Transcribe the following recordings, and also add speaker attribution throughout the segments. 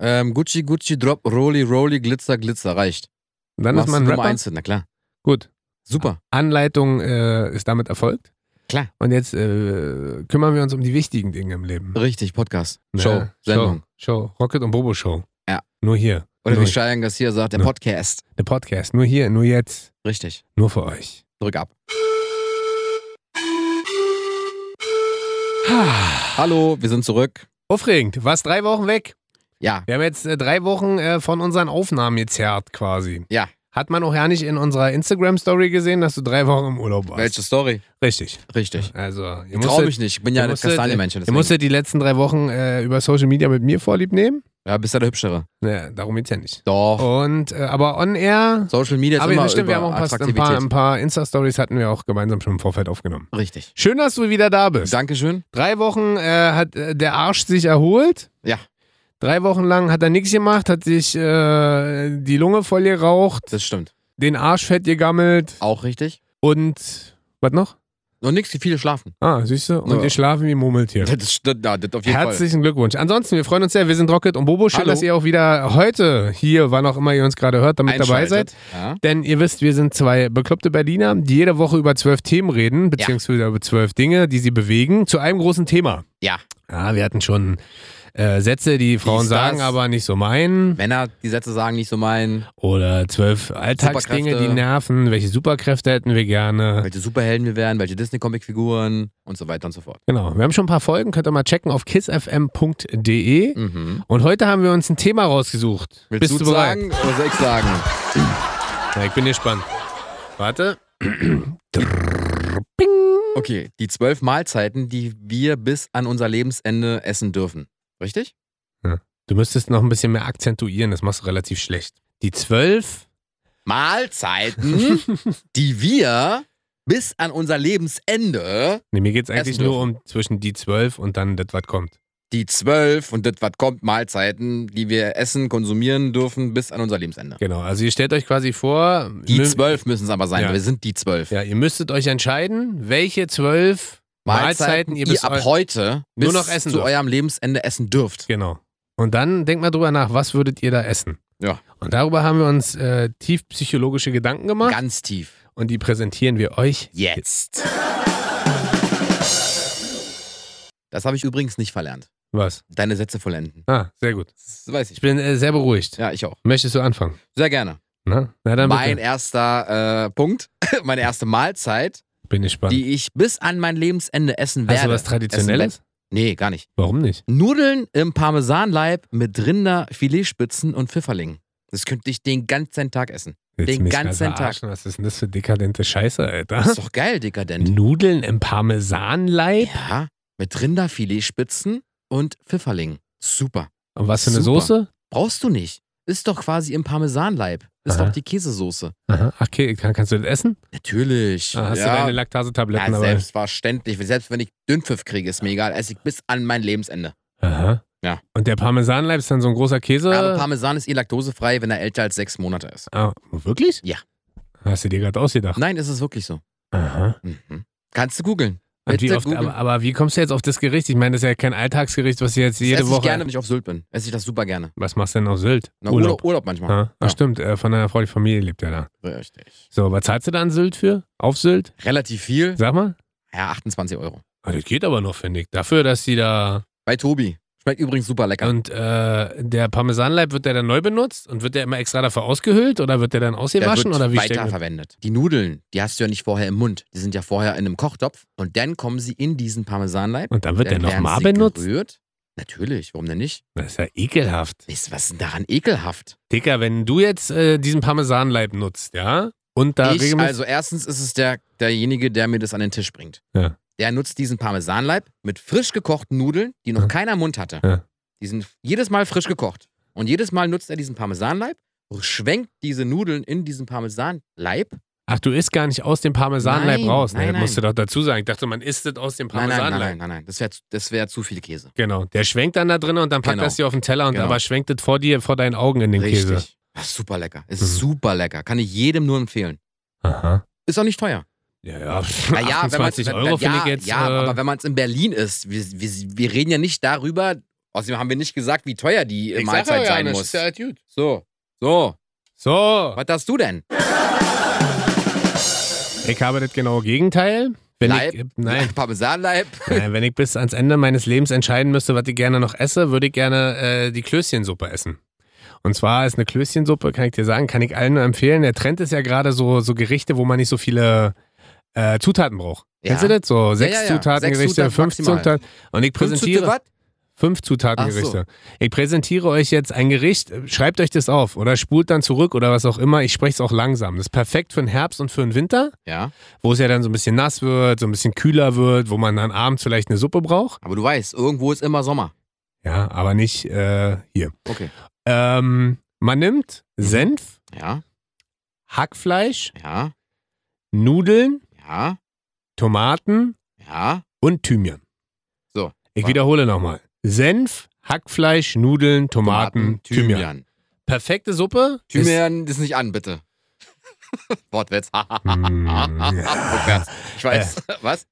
Speaker 1: Ähm, Gucci, Gucci, Drop, Rolli, Rolli, Glitzer, Glitzer, reicht.
Speaker 2: Und dann
Speaker 1: Machst
Speaker 2: ist man
Speaker 1: du
Speaker 2: ein
Speaker 1: Nummer
Speaker 2: Rapper.
Speaker 1: eins hin, na klar.
Speaker 2: Gut.
Speaker 1: Super.
Speaker 2: Anleitung äh, ist damit erfolgt.
Speaker 1: Klar.
Speaker 2: Und jetzt äh, kümmern wir uns um die wichtigen Dinge im Leben.
Speaker 1: Richtig, Podcast.
Speaker 2: Ne?
Speaker 1: Show, Sendung.
Speaker 2: Show, Show. Rocket und Bobo Show.
Speaker 1: Ja.
Speaker 2: Nur hier.
Speaker 1: Oder
Speaker 2: nur,
Speaker 1: wie Cheyenne Garcia sagt, der
Speaker 2: Ja.
Speaker 1: Podcast.
Speaker 2: Der Podcast. Nur hier, nur jetzt.
Speaker 1: Richtig.
Speaker 2: Nur für euch.
Speaker 1: Drück ab. Hallo, wir sind zurück.
Speaker 2: Aufregend. Warst drei Wochen weg.
Speaker 1: Ja,
Speaker 2: Wir haben jetzt äh, drei Wochen äh, von unseren Aufnahmen gezerrt quasi.
Speaker 1: Ja.
Speaker 2: Hat man auch ja nicht in unserer Instagram-Story gesehen, dass du drei Wochen im Urlaub warst.
Speaker 1: welche Story?
Speaker 2: Richtig.
Speaker 1: Richtig.
Speaker 2: Also, ihr
Speaker 1: Ich trau mich
Speaker 2: musstet,
Speaker 1: nicht, ich bin ja
Speaker 2: ihr
Speaker 1: der
Speaker 2: musstet,
Speaker 1: Kastanienmensch.
Speaker 2: ihr
Speaker 1: deswegen.
Speaker 2: musstet die letzten drei Wochen äh, über Social Media mit mir vorlieb nehmen.
Speaker 1: Ja, bist ja der Hübschere.
Speaker 2: Naja, darum geht's ja nicht.
Speaker 1: Doch.
Speaker 2: Und, äh, aber on air.
Speaker 1: Social Media ist
Speaker 2: aber
Speaker 1: immer
Speaker 2: das stimmt,
Speaker 1: über
Speaker 2: wir haben auch ein paar, ein
Speaker 1: Attraktivität.
Speaker 2: paar, ein paar Insta-Stories hatten wir auch gemeinsam schon im Vorfeld aufgenommen.
Speaker 1: Richtig.
Speaker 2: Schön, dass du wieder da bist.
Speaker 1: Dankeschön.
Speaker 2: Drei Wochen äh, hat äh, der Arsch sich erholt.
Speaker 1: Ja.
Speaker 2: Drei Wochen lang hat er nichts gemacht, hat sich äh, die Lunge voll geraucht,
Speaker 1: Das stimmt.
Speaker 2: den Arsch fett gegammelt
Speaker 1: Auch richtig.
Speaker 2: und was noch?
Speaker 1: Noch nichts, die viele schlafen.
Speaker 2: Ah, siehst du? Und
Speaker 1: Ja.
Speaker 2: wir schlafen wie ein Murmeltier.
Speaker 1: Das, stimmt, ja, das auf jeden Fall.
Speaker 2: Herzlichen Glückwunsch. Ansonsten, wir freuen uns sehr. Wir sind Rocket und Bobo. Schön,
Speaker 1: Hallo.
Speaker 2: dass ihr auch wieder heute hier, wann auch immer ihr uns gerade hört, damit dabei
Speaker 1: Einschaltet.
Speaker 2: seid.
Speaker 1: Ja.
Speaker 2: Denn ihr wisst, wir sind zwei bekloppte Berliner, die jede Woche über zwölf Themen reden, beziehungsweise über zwölf Dinge, die sie bewegen, zu einem großen Thema.
Speaker 1: ja.
Speaker 2: Ja, wir hatten schon äh, Sätze, die Frauen
Speaker 1: Dies,
Speaker 2: sagen,
Speaker 1: das.
Speaker 2: aber nicht so meinen.
Speaker 1: Männer, die Sätze sagen, nicht so meinen.
Speaker 2: Oder zwölf Alltagsdinge, die
Speaker 1: Superkräfte.
Speaker 2: nerven. Welche Superkräfte hätten wir gerne?
Speaker 1: Welche Superhelden wir wären, welche Disney-Comic-Figuren und so weiter und so fort.
Speaker 2: Genau, wir haben schon ein paar Folgen, könnt ihr mal checken auf kissfm.de.
Speaker 1: Mhm.
Speaker 2: Und heute haben wir uns ein Thema rausgesucht.
Speaker 1: Willst
Speaker 2: Bist
Speaker 1: du
Speaker 2: du bereit?
Speaker 1: sagen oder soll ich sagen?
Speaker 2: Ja, ich bin gespannt. Warte.
Speaker 1: Okay, die zwölf Mahlzeiten, die wir bis an unser Lebensende essen dürfen. Richtig?
Speaker 2: Du müsstest noch ein bisschen mehr akzentuieren, das machst du relativ schlecht. Die zwölf
Speaker 1: Mahlzeiten, die wir bis an unser Lebensende,
Speaker 2: Nee, mir geht es eigentlich
Speaker 1: Essen
Speaker 2: nur um zwischen die zwölf und dann das, was kommt.
Speaker 1: die zwölf und das, was kommt, Mahlzeiten, die wir essen, konsumieren dürfen bis an unser Lebensende.
Speaker 2: Genau, also ihr stellt euch quasi vor,
Speaker 1: Die
Speaker 2: mü-
Speaker 1: zwölf müssen es aber sein,
Speaker 2: Ja.
Speaker 1: wir sind die zwölf.
Speaker 2: Ja, ihr müsstet euch entscheiden, welche zwölf Mahlzeiten, ihr bis
Speaker 1: ab
Speaker 2: eu-
Speaker 1: heute bis
Speaker 2: nur noch essen
Speaker 1: zu
Speaker 2: dürft.
Speaker 1: eurem Lebensende essen dürft.
Speaker 2: Genau. Und dann denkt mal drüber nach, was würdet ihr da essen?
Speaker 1: Ja.
Speaker 2: Und darüber haben wir uns äh, tief psychologische Gedanken gemacht
Speaker 1: Ganz tief.
Speaker 2: und die präsentieren wir euch.
Speaker 1: Jetzt. Das habe ich übrigens nicht verlernt.
Speaker 2: Was?
Speaker 1: Deine Sätze vollenden.
Speaker 2: Ah, sehr gut.
Speaker 1: Das weiß
Speaker 2: Ich
Speaker 1: ich.
Speaker 2: bin äh, sehr beruhigt.
Speaker 1: Ja, ich auch.
Speaker 2: Möchtest du anfangen?
Speaker 1: Sehr gerne.
Speaker 2: Na, Na dann bitte.
Speaker 1: Mein erster äh, Punkt, meine erste Mahlzeit,
Speaker 2: Bin ich spannend.
Speaker 1: die ich bis an mein Lebensende essen werde.
Speaker 2: Hast du was Traditionelles?
Speaker 1: Nee, gar nicht.
Speaker 2: Warum nicht?
Speaker 1: Nudeln im Parmesanleib mit Rinder, Filetspitzen und Pfifferlingen. Das könnte ich den ganzen Tag essen.
Speaker 2: Willst
Speaker 1: Den
Speaker 2: du mich
Speaker 1: ganzen
Speaker 2: gerade
Speaker 1: Tag.
Speaker 2: verarschen? Was ist denn das für dekadente Scheiße, Alter?
Speaker 1: Das ist doch geil, dekadent.
Speaker 2: Nudeln im Parmesanleib?
Speaker 1: Ja, mit Rinderfiletspitzen und Pfifferlingen. Super.
Speaker 2: Und was für eine
Speaker 1: Super.
Speaker 2: Soße?
Speaker 1: Brauchst du nicht. Ist doch quasi im Parmesanleib. Ist
Speaker 2: Aha.
Speaker 1: doch die Käsesoße.
Speaker 2: Aha, okay, kann, kannst du das essen?
Speaker 1: Natürlich.
Speaker 2: Ah, hast du deine Laktasetabletten
Speaker 1: ja,
Speaker 2: dabei?
Speaker 1: selbstverständlich. Selbst wenn ich Dünnpfiff kriege, ist mir egal. Esse ich bis an mein Lebensende.
Speaker 2: Aha.
Speaker 1: Ja.
Speaker 2: Und der Parmesanleib ist dann so ein großer Käse?
Speaker 1: Aber Parmesan ist eh laktosefrei, wenn er älter als sechs Monate ist.
Speaker 2: ah, wirklich?
Speaker 1: Ja.
Speaker 2: Hast du dir gerade ausgedacht?
Speaker 1: Nein, ist es wirklich so.
Speaker 2: Aha.
Speaker 1: Mhm. Kannst du googeln.
Speaker 2: Und wie
Speaker 1: Bitte
Speaker 2: oft,
Speaker 1: googeln.
Speaker 2: aber, aber wie kommst du jetzt auf das Gericht? Ich meine, das ist ja kein Alltagsgericht, was du jetzt jede
Speaker 1: das esse
Speaker 2: Woche.
Speaker 1: ich gerne, wenn ich auf Sylt bin. Esse ich das super gerne.
Speaker 2: Was machst du denn auf Sylt?
Speaker 1: Na, Urlaub. Urlaub manchmal.
Speaker 2: Ah,
Speaker 1: Ja.
Speaker 2: stimmt, äh, von deiner Frau, die Familie lebt ja da.
Speaker 1: Richtig.
Speaker 2: So, was zahlst du da an Sylt für? Auf Sylt?
Speaker 1: Relativ viel.
Speaker 2: Sag mal.
Speaker 1: Ja, 28 Euro.
Speaker 2: Ah, das geht aber noch, finde ich. Dafür, dass die da.
Speaker 1: Bei Tobi. Schmeckt übrigens super lecker.
Speaker 2: Und äh, der Parmesanleib, wird der dann neu benutzt? Und wird der immer extra dafür ausgehöhlt? Oder wird der dann
Speaker 1: Der
Speaker 2: ausgewaschen?
Speaker 1: wird
Speaker 2: oder wie steckt man-
Speaker 1: weiterverwendet. Die Nudeln, die hast du ja nicht vorher im Mund. Die sind ja vorher in einem Kochtopf. Und dann kommen sie in diesen Parmesanleib.
Speaker 2: Und dann wird der
Speaker 1: Dann werden
Speaker 2: nochmal
Speaker 1: sie
Speaker 2: benutzt?
Speaker 1: Gerührt. Natürlich, warum denn nicht?
Speaker 2: Das ist ja ekelhaft.
Speaker 1: Ist, was ist denn daran ekelhaft?
Speaker 2: Dicker, wenn du jetzt äh, diesen Parmesanleib nutzt, ja? Und da
Speaker 1: ich,
Speaker 2: regelmäßig.
Speaker 1: also erstens ist es der, derjenige, der mir das an den Tisch bringt.
Speaker 2: Ja.
Speaker 1: Der nutzt diesen Parmesanleib mit frisch gekochten Nudeln, die noch
Speaker 2: Ja.
Speaker 1: keiner im Mund hatte.
Speaker 2: Ja.
Speaker 1: Die sind jedes Mal frisch gekocht. Und jedes Mal nutzt er diesen Parmesanleib, schwenkt diese Nudeln in diesen Parmesanleib.
Speaker 2: Ach, du isst gar nicht aus dem Parmesanleib
Speaker 1: Nein,
Speaker 2: raus.
Speaker 1: nein,
Speaker 2: das
Speaker 1: nein.
Speaker 2: musst du doch dazu sagen. Ich dachte, man isst es aus dem
Speaker 1: Nein, nein,
Speaker 2: Parmesanleib.
Speaker 1: nein, nein, nein, nein. Das wäre das wär zu viel Käse.
Speaker 2: Genau. Der schwenkt dann da drin und dann packt
Speaker 1: Genau.
Speaker 2: das dir auf den Teller und
Speaker 1: Genau.
Speaker 2: aber schwenkt es vor dir, vor deinen Augen in den
Speaker 1: Richtig.
Speaker 2: Käse.
Speaker 1: Ach, super lecker. Es
Speaker 2: Mhm.
Speaker 1: ist super lecker. Kann ich jedem nur empfehlen.
Speaker 2: Aha.
Speaker 1: Ist auch nicht teuer.
Speaker 2: Ja, ja.
Speaker 1: Na ja, wenn man's-
Speaker 2: 28
Speaker 1: wenn-
Speaker 2: Euro
Speaker 1: ja,
Speaker 2: finde ich jetzt.
Speaker 1: Ja,
Speaker 2: äh,
Speaker 1: aber wenn man es in Berlin ist, wir, wir, wir reden ja nicht darüber, Außerdem haben wir nicht gesagt, wie teuer die äh, Mahlzeit sein muss.
Speaker 2: Ist ja halt gut.
Speaker 1: So, so.
Speaker 2: So,
Speaker 1: Was hast du denn?
Speaker 2: ich habe das genaue Gegenteil. Wenn ich,
Speaker 1: Leib?
Speaker 2: nein,
Speaker 1: Parmesanleib?
Speaker 2: nein, wenn ich bis ans Ende meines Lebens entscheiden müsste, was ich gerne noch esse, würde ich gerne äh, die Klößchensuppe essen. Und zwar ist eine Klößchensuppe, kann ich dir sagen, kann ich allen nur empfehlen. Der Trend ist ja gerade so, so Gerichte, wo man nicht so viele äh, Zutaten braucht.
Speaker 1: Ja.
Speaker 2: Kennst du das? So sechs
Speaker 1: ja, ja. Sechs
Speaker 2: Zutaten-Gerichte,
Speaker 1: Zutaten
Speaker 2: fünf
Speaker 1: maximal.
Speaker 2: Zutaten. Und ich präsentiere.
Speaker 1: Was?
Speaker 2: Fünf Zutatengerichte. Ich präsentiere euch jetzt ein Gericht. Schreibt euch das auf oder spult dann zurück oder was auch immer. Ich spreche es auch langsam. Das ist perfekt für den Herbst und für den Winter,
Speaker 1: Ja,
Speaker 2: wo es ja dann so ein bisschen nass wird, so ein bisschen kühler wird, wo man dann abends vielleicht eine Suppe braucht.
Speaker 1: aber du weißt, irgendwo ist immer Sommer.
Speaker 2: Ja, aber nicht äh, hier.
Speaker 1: Okay.
Speaker 2: Ähm, man nimmt Senf,
Speaker 1: Ja,
Speaker 2: Hackfleisch,
Speaker 1: ja,
Speaker 2: Nudeln,
Speaker 1: ja,
Speaker 2: Tomaten
Speaker 1: ja.
Speaker 2: und Thymian.
Speaker 1: So.
Speaker 2: Ich wiederhole nochmal. Senf, Hackfleisch, Nudeln, Tomaten, Thymian.
Speaker 1: Thymian.
Speaker 2: Perfekte Suppe. ist- Mm.
Speaker 1: Thymian ist nicht an, bitte. Wortwitz. Rückwärts. ich weiß. Was?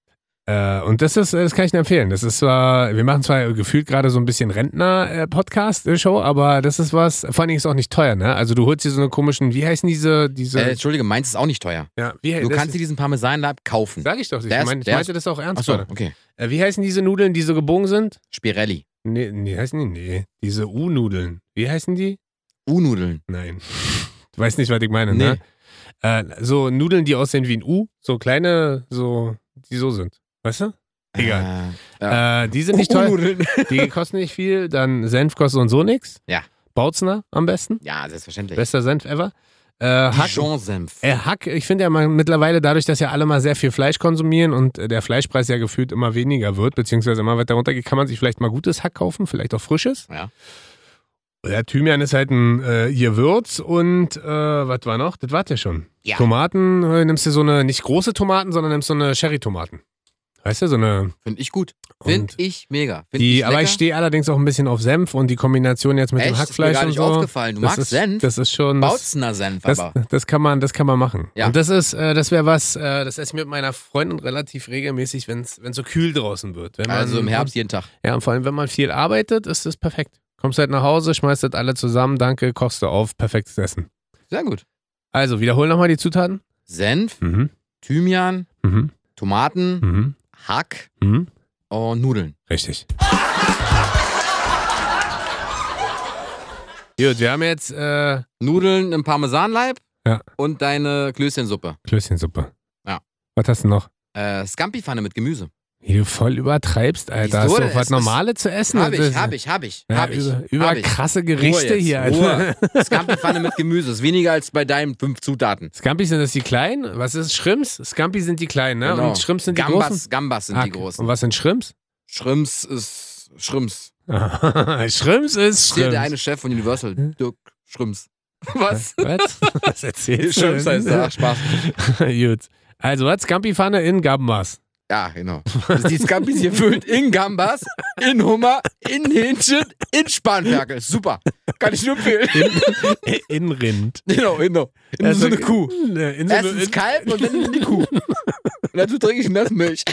Speaker 2: Äh, und das ist, äh, das kann ich nur empfehlen. Das ist zwar, wir machen zwar gefühlt gerade so ein bisschen Rentner-Podcast-Show, aber das ist was, vor allen Dingen ist auch nicht teuer, ne? Also du holst dir so einen komischen, wie heißen diese, diese,
Speaker 1: Äh, Entschuldige, meins ist auch nicht teuer.
Speaker 2: ja, wie
Speaker 1: Du
Speaker 2: das
Speaker 1: kannst dir
Speaker 2: ist,
Speaker 1: diesen Parmesanleib kaufen.
Speaker 2: Sag ich doch, ich,
Speaker 1: der ist-
Speaker 2: mein, ich
Speaker 1: der
Speaker 2: meinte das auch ernst
Speaker 1: Achso,
Speaker 2: gerade.
Speaker 1: okay.
Speaker 2: Äh, wie heißen diese Nudeln, die so gebogen sind?
Speaker 1: Spirelli.
Speaker 2: Nee, nee, heißen die? Nee. Diese U-Nudeln. Wie heißen die?
Speaker 1: U-Nudeln.
Speaker 2: Nein. Du weißt nicht, was ich meine, ne? Äh, so Nudeln, die aussehen wie ein U, so kleine, so, die so sind. Weißt du? Egal.
Speaker 1: Egal.
Speaker 2: Äh, die sind nicht teuer.
Speaker 1: U-Nudeln.
Speaker 2: Die kosten nicht viel, dann Senf kostet so und so nichts.
Speaker 1: Ja.
Speaker 2: Bautzner am besten.
Speaker 1: Ja, selbstverständlich.
Speaker 2: Bester Senf ever. Äh, Hack,
Speaker 1: Dijon-Senf.
Speaker 2: äh, Hack, ich finde ja mal mittlerweile dadurch, dass ja alle mal sehr viel Fleisch konsumieren und äh, der Fleischpreis ja gefühlt immer weniger wird, beziehungsweise immer weiter runtergeht, kann man sich vielleicht mal gutes Hack kaufen, vielleicht auch frisches.
Speaker 1: Ja.
Speaker 2: Ja, Thymian ist halt ein äh, Gewürz und äh, was war noch? Das wart ja schon.
Speaker 1: Ja.
Speaker 2: Tomaten, äh, nimmst du so eine, nicht große Tomaten, sondern nimmst so eine Sherry-Tomaten. Weißt du, so eine
Speaker 1: Finde ich gut.
Speaker 2: Und-
Speaker 1: Finde ich mega. Find
Speaker 2: die,
Speaker 1: ich
Speaker 2: aber ich
Speaker 1: lecker.
Speaker 2: stehe allerdings auch ein bisschen auf Senf und die Kombination jetzt mit
Speaker 1: Echt?
Speaker 2: dem
Speaker 1: Ist mir
Speaker 2: Hackfleisch
Speaker 1: gar
Speaker 2: und
Speaker 1: nicht
Speaker 2: so.
Speaker 1: aufgefallen. Du
Speaker 2: das
Speaker 1: magst
Speaker 2: ist,
Speaker 1: Senf?
Speaker 2: Das ist schon. Das,
Speaker 1: Bautzner Senf
Speaker 2: das,
Speaker 1: aber.
Speaker 2: das kann man, das kann man machen.
Speaker 1: Ja.
Speaker 2: Und das ist, äh, das wäre was, äh, das esse ich mit meiner Freundin relativ regelmäßig, wenn es so kühl draußen wird. Wenn man,
Speaker 1: Also im Herbst jeden Tag.
Speaker 2: Ja, und vor allem, wenn man viel arbeitet, ist das perfekt. Kommst halt nach Hause, schmeißt das alle zusammen, danke, kochst du auf, perfektes Essen.
Speaker 1: Sehr gut.
Speaker 2: Also, wiederhol nochmal die Zutaten.
Speaker 1: Senf,
Speaker 2: Mhm.
Speaker 1: Thymian,
Speaker 2: Mhm.
Speaker 1: Tomaten,
Speaker 2: Mhm.
Speaker 1: Hack
Speaker 2: Mhm.
Speaker 1: und Nudeln.
Speaker 2: Richtig. Gut, wir haben jetzt äh,
Speaker 1: Nudeln im Parmesanleib
Speaker 2: Ja.
Speaker 1: und deine Klößchensuppe.
Speaker 2: Klößchensuppe.
Speaker 1: Ja.
Speaker 2: Was hast du noch?
Speaker 1: Äh, Scampi-Pfanne mit Gemüse.
Speaker 2: Wie du voll übertreibst, Alter.
Speaker 1: Wieso?
Speaker 2: Hast du
Speaker 1: Es
Speaker 2: auf was
Speaker 1: ist-
Speaker 2: Normales zu essen?
Speaker 1: Habe
Speaker 2: Das
Speaker 1: ich,
Speaker 2: ist-
Speaker 1: habe ich, habe ich,
Speaker 2: Ja,
Speaker 1: habe ich.
Speaker 2: über über
Speaker 1: hab ich.
Speaker 2: krasse Gerichte
Speaker 1: jetzt,
Speaker 2: hier,
Speaker 1: Ruhe.
Speaker 2: Alter.
Speaker 1: Scampi-Pfanne mit Gemüse ist weniger als bei deinen fünf Zutaten.
Speaker 2: Scampis sind das die kleinen? Was ist Schrimps? Scampis sind die kleinen, ne?
Speaker 1: Genau.
Speaker 2: Und Schrimps sind die
Speaker 1: Gambas,
Speaker 2: großen?
Speaker 1: Gambas sind
Speaker 2: Ah,
Speaker 1: die großen.
Speaker 2: Und was sind Schrimps?
Speaker 1: Schrimps ist Schrimps.
Speaker 2: Schrimps ist
Speaker 1: Ist hier der eine
Speaker 2: Schrimps.
Speaker 1: Chef von Universal, Dirk Schrimms. Was?
Speaker 2: Was? Was erzählst du?
Speaker 1: Schrimps heißt er. Ach, Spaß.
Speaker 2: Gut. Also, was? Scampi-Pfanne in Gambas.
Speaker 1: Ja, genau. Dass die Scampis hier füllt in Gambas, in Hummer, in Hähnchen, in Spanferkel. Super. Kann ich nur empfehlen.
Speaker 2: In Rind.
Speaker 1: genau, genau. In
Speaker 2: Also
Speaker 1: so eine Kuh.
Speaker 2: In so
Speaker 1: Erst
Speaker 2: eine,
Speaker 1: ins Kalb und dann in die Kuh. Und dazu trinke ich Nassmilch.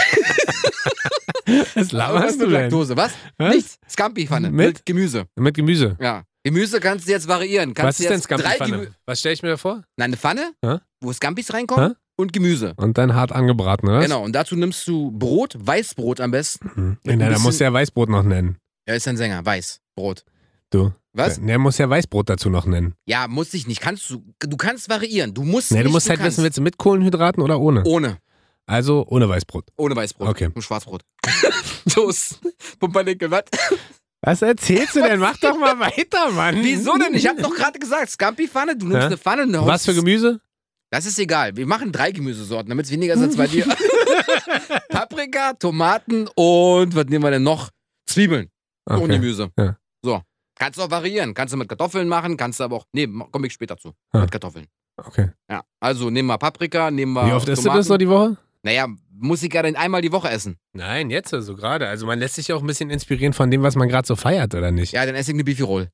Speaker 2: was
Speaker 1: Also, Was
Speaker 2: laberst
Speaker 1: mit
Speaker 2: du denn?
Speaker 1: Laktose? Was?
Speaker 2: Was?
Speaker 1: Nichts. Scampi-Pfanne.
Speaker 2: Mit?
Speaker 1: Mit? Gemüse.
Speaker 2: Mit Gemüse.
Speaker 1: Ja. Gemüse kannst du jetzt variieren. Kannst
Speaker 2: Was
Speaker 1: du
Speaker 2: ist denn
Speaker 1: jetzt drei Gemü-
Speaker 2: Scampi-Pfanne? Was stelle ich mir da vor?
Speaker 1: Nein, eine Pfanne,
Speaker 2: Hä?
Speaker 1: wo Scampis reinkommen
Speaker 2: Hä?
Speaker 1: und Gemüse.
Speaker 2: Und dann hart angebraten, oder?
Speaker 1: Genau. Und dazu nimmst du Brot, Weißbrot am besten.
Speaker 2: Mhm.
Speaker 1: Mit ein
Speaker 2: Na, da
Speaker 1: bisschen-
Speaker 2: musst du ja Weißbrot noch nennen.
Speaker 1: Er ist ein Sänger. Weißbrot.
Speaker 2: Du.
Speaker 1: Was?
Speaker 2: Der muss ja Weißbrot dazu noch nennen.
Speaker 1: Ja, muss ich nicht. Kannst du. Du kannst variieren. Du musst.
Speaker 2: Nee, du
Speaker 1: nicht,
Speaker 2: musst halt
Speaker 1: kannst.
Speaker 2: wissen, willst du mit Kohlenhydraten oder ohne?
Speaker 1: Ohne.
Speaker 2: Also ohne Weißbrot.
Speaker 1: Ohne Weißbrot.
Speaker 2: Okay.
Speaker 1: Nur Schwarzbrot. Toast. Pumpernickel, was?
Speaker 2: Was erzählst du denn? Mach doch mal weiter, Mann.
Speaker 1: Wieso denn? Ich habe doch gerade gesagt, Scampi-Pfanne, du nimmst
Speaker 2: Hä?
Speaker 1: eine Pfanne und haust-
Speaker 2: Was für Gemüse?
Speaker 1: Das ist egal. Wir machen drei Gemüsesorten, damit es weniger ist als bei dir. Paprika, Tomaten und was nehmen wir denn noch? Zwiebeln und
Speaker 2: Okay.
Speaker 1: Gemüse.
Speaker 2: Ja.
Speaker 1: So. Kannst du auch variieren. Kannst du mit Kartoffeln machen, kannst du aber auch. Nee, ma- komm ich später zu.
Speaker 2: Ah.
Speaker 1: Mit Kartoffeln.
Speaker 2: okay.
Speaker 1: Ja. Also nehmen wir Paprika, nehmen wir.
Speaker 2: Wie oft isst du
Speaker 1: Tomaten.
Speaker 2: das so die Woche?
Speaker 1: Naja, muss ich gerade einmal die Woche essen.
Speaker 2: Nein, jetzt so also gerade. Also man lässt sich ja auch ein bisschen inspirieren von dem, was man gerade so feiert, oder nicht?
Speaker 1: Ja, dann esse ich eine Bifirol.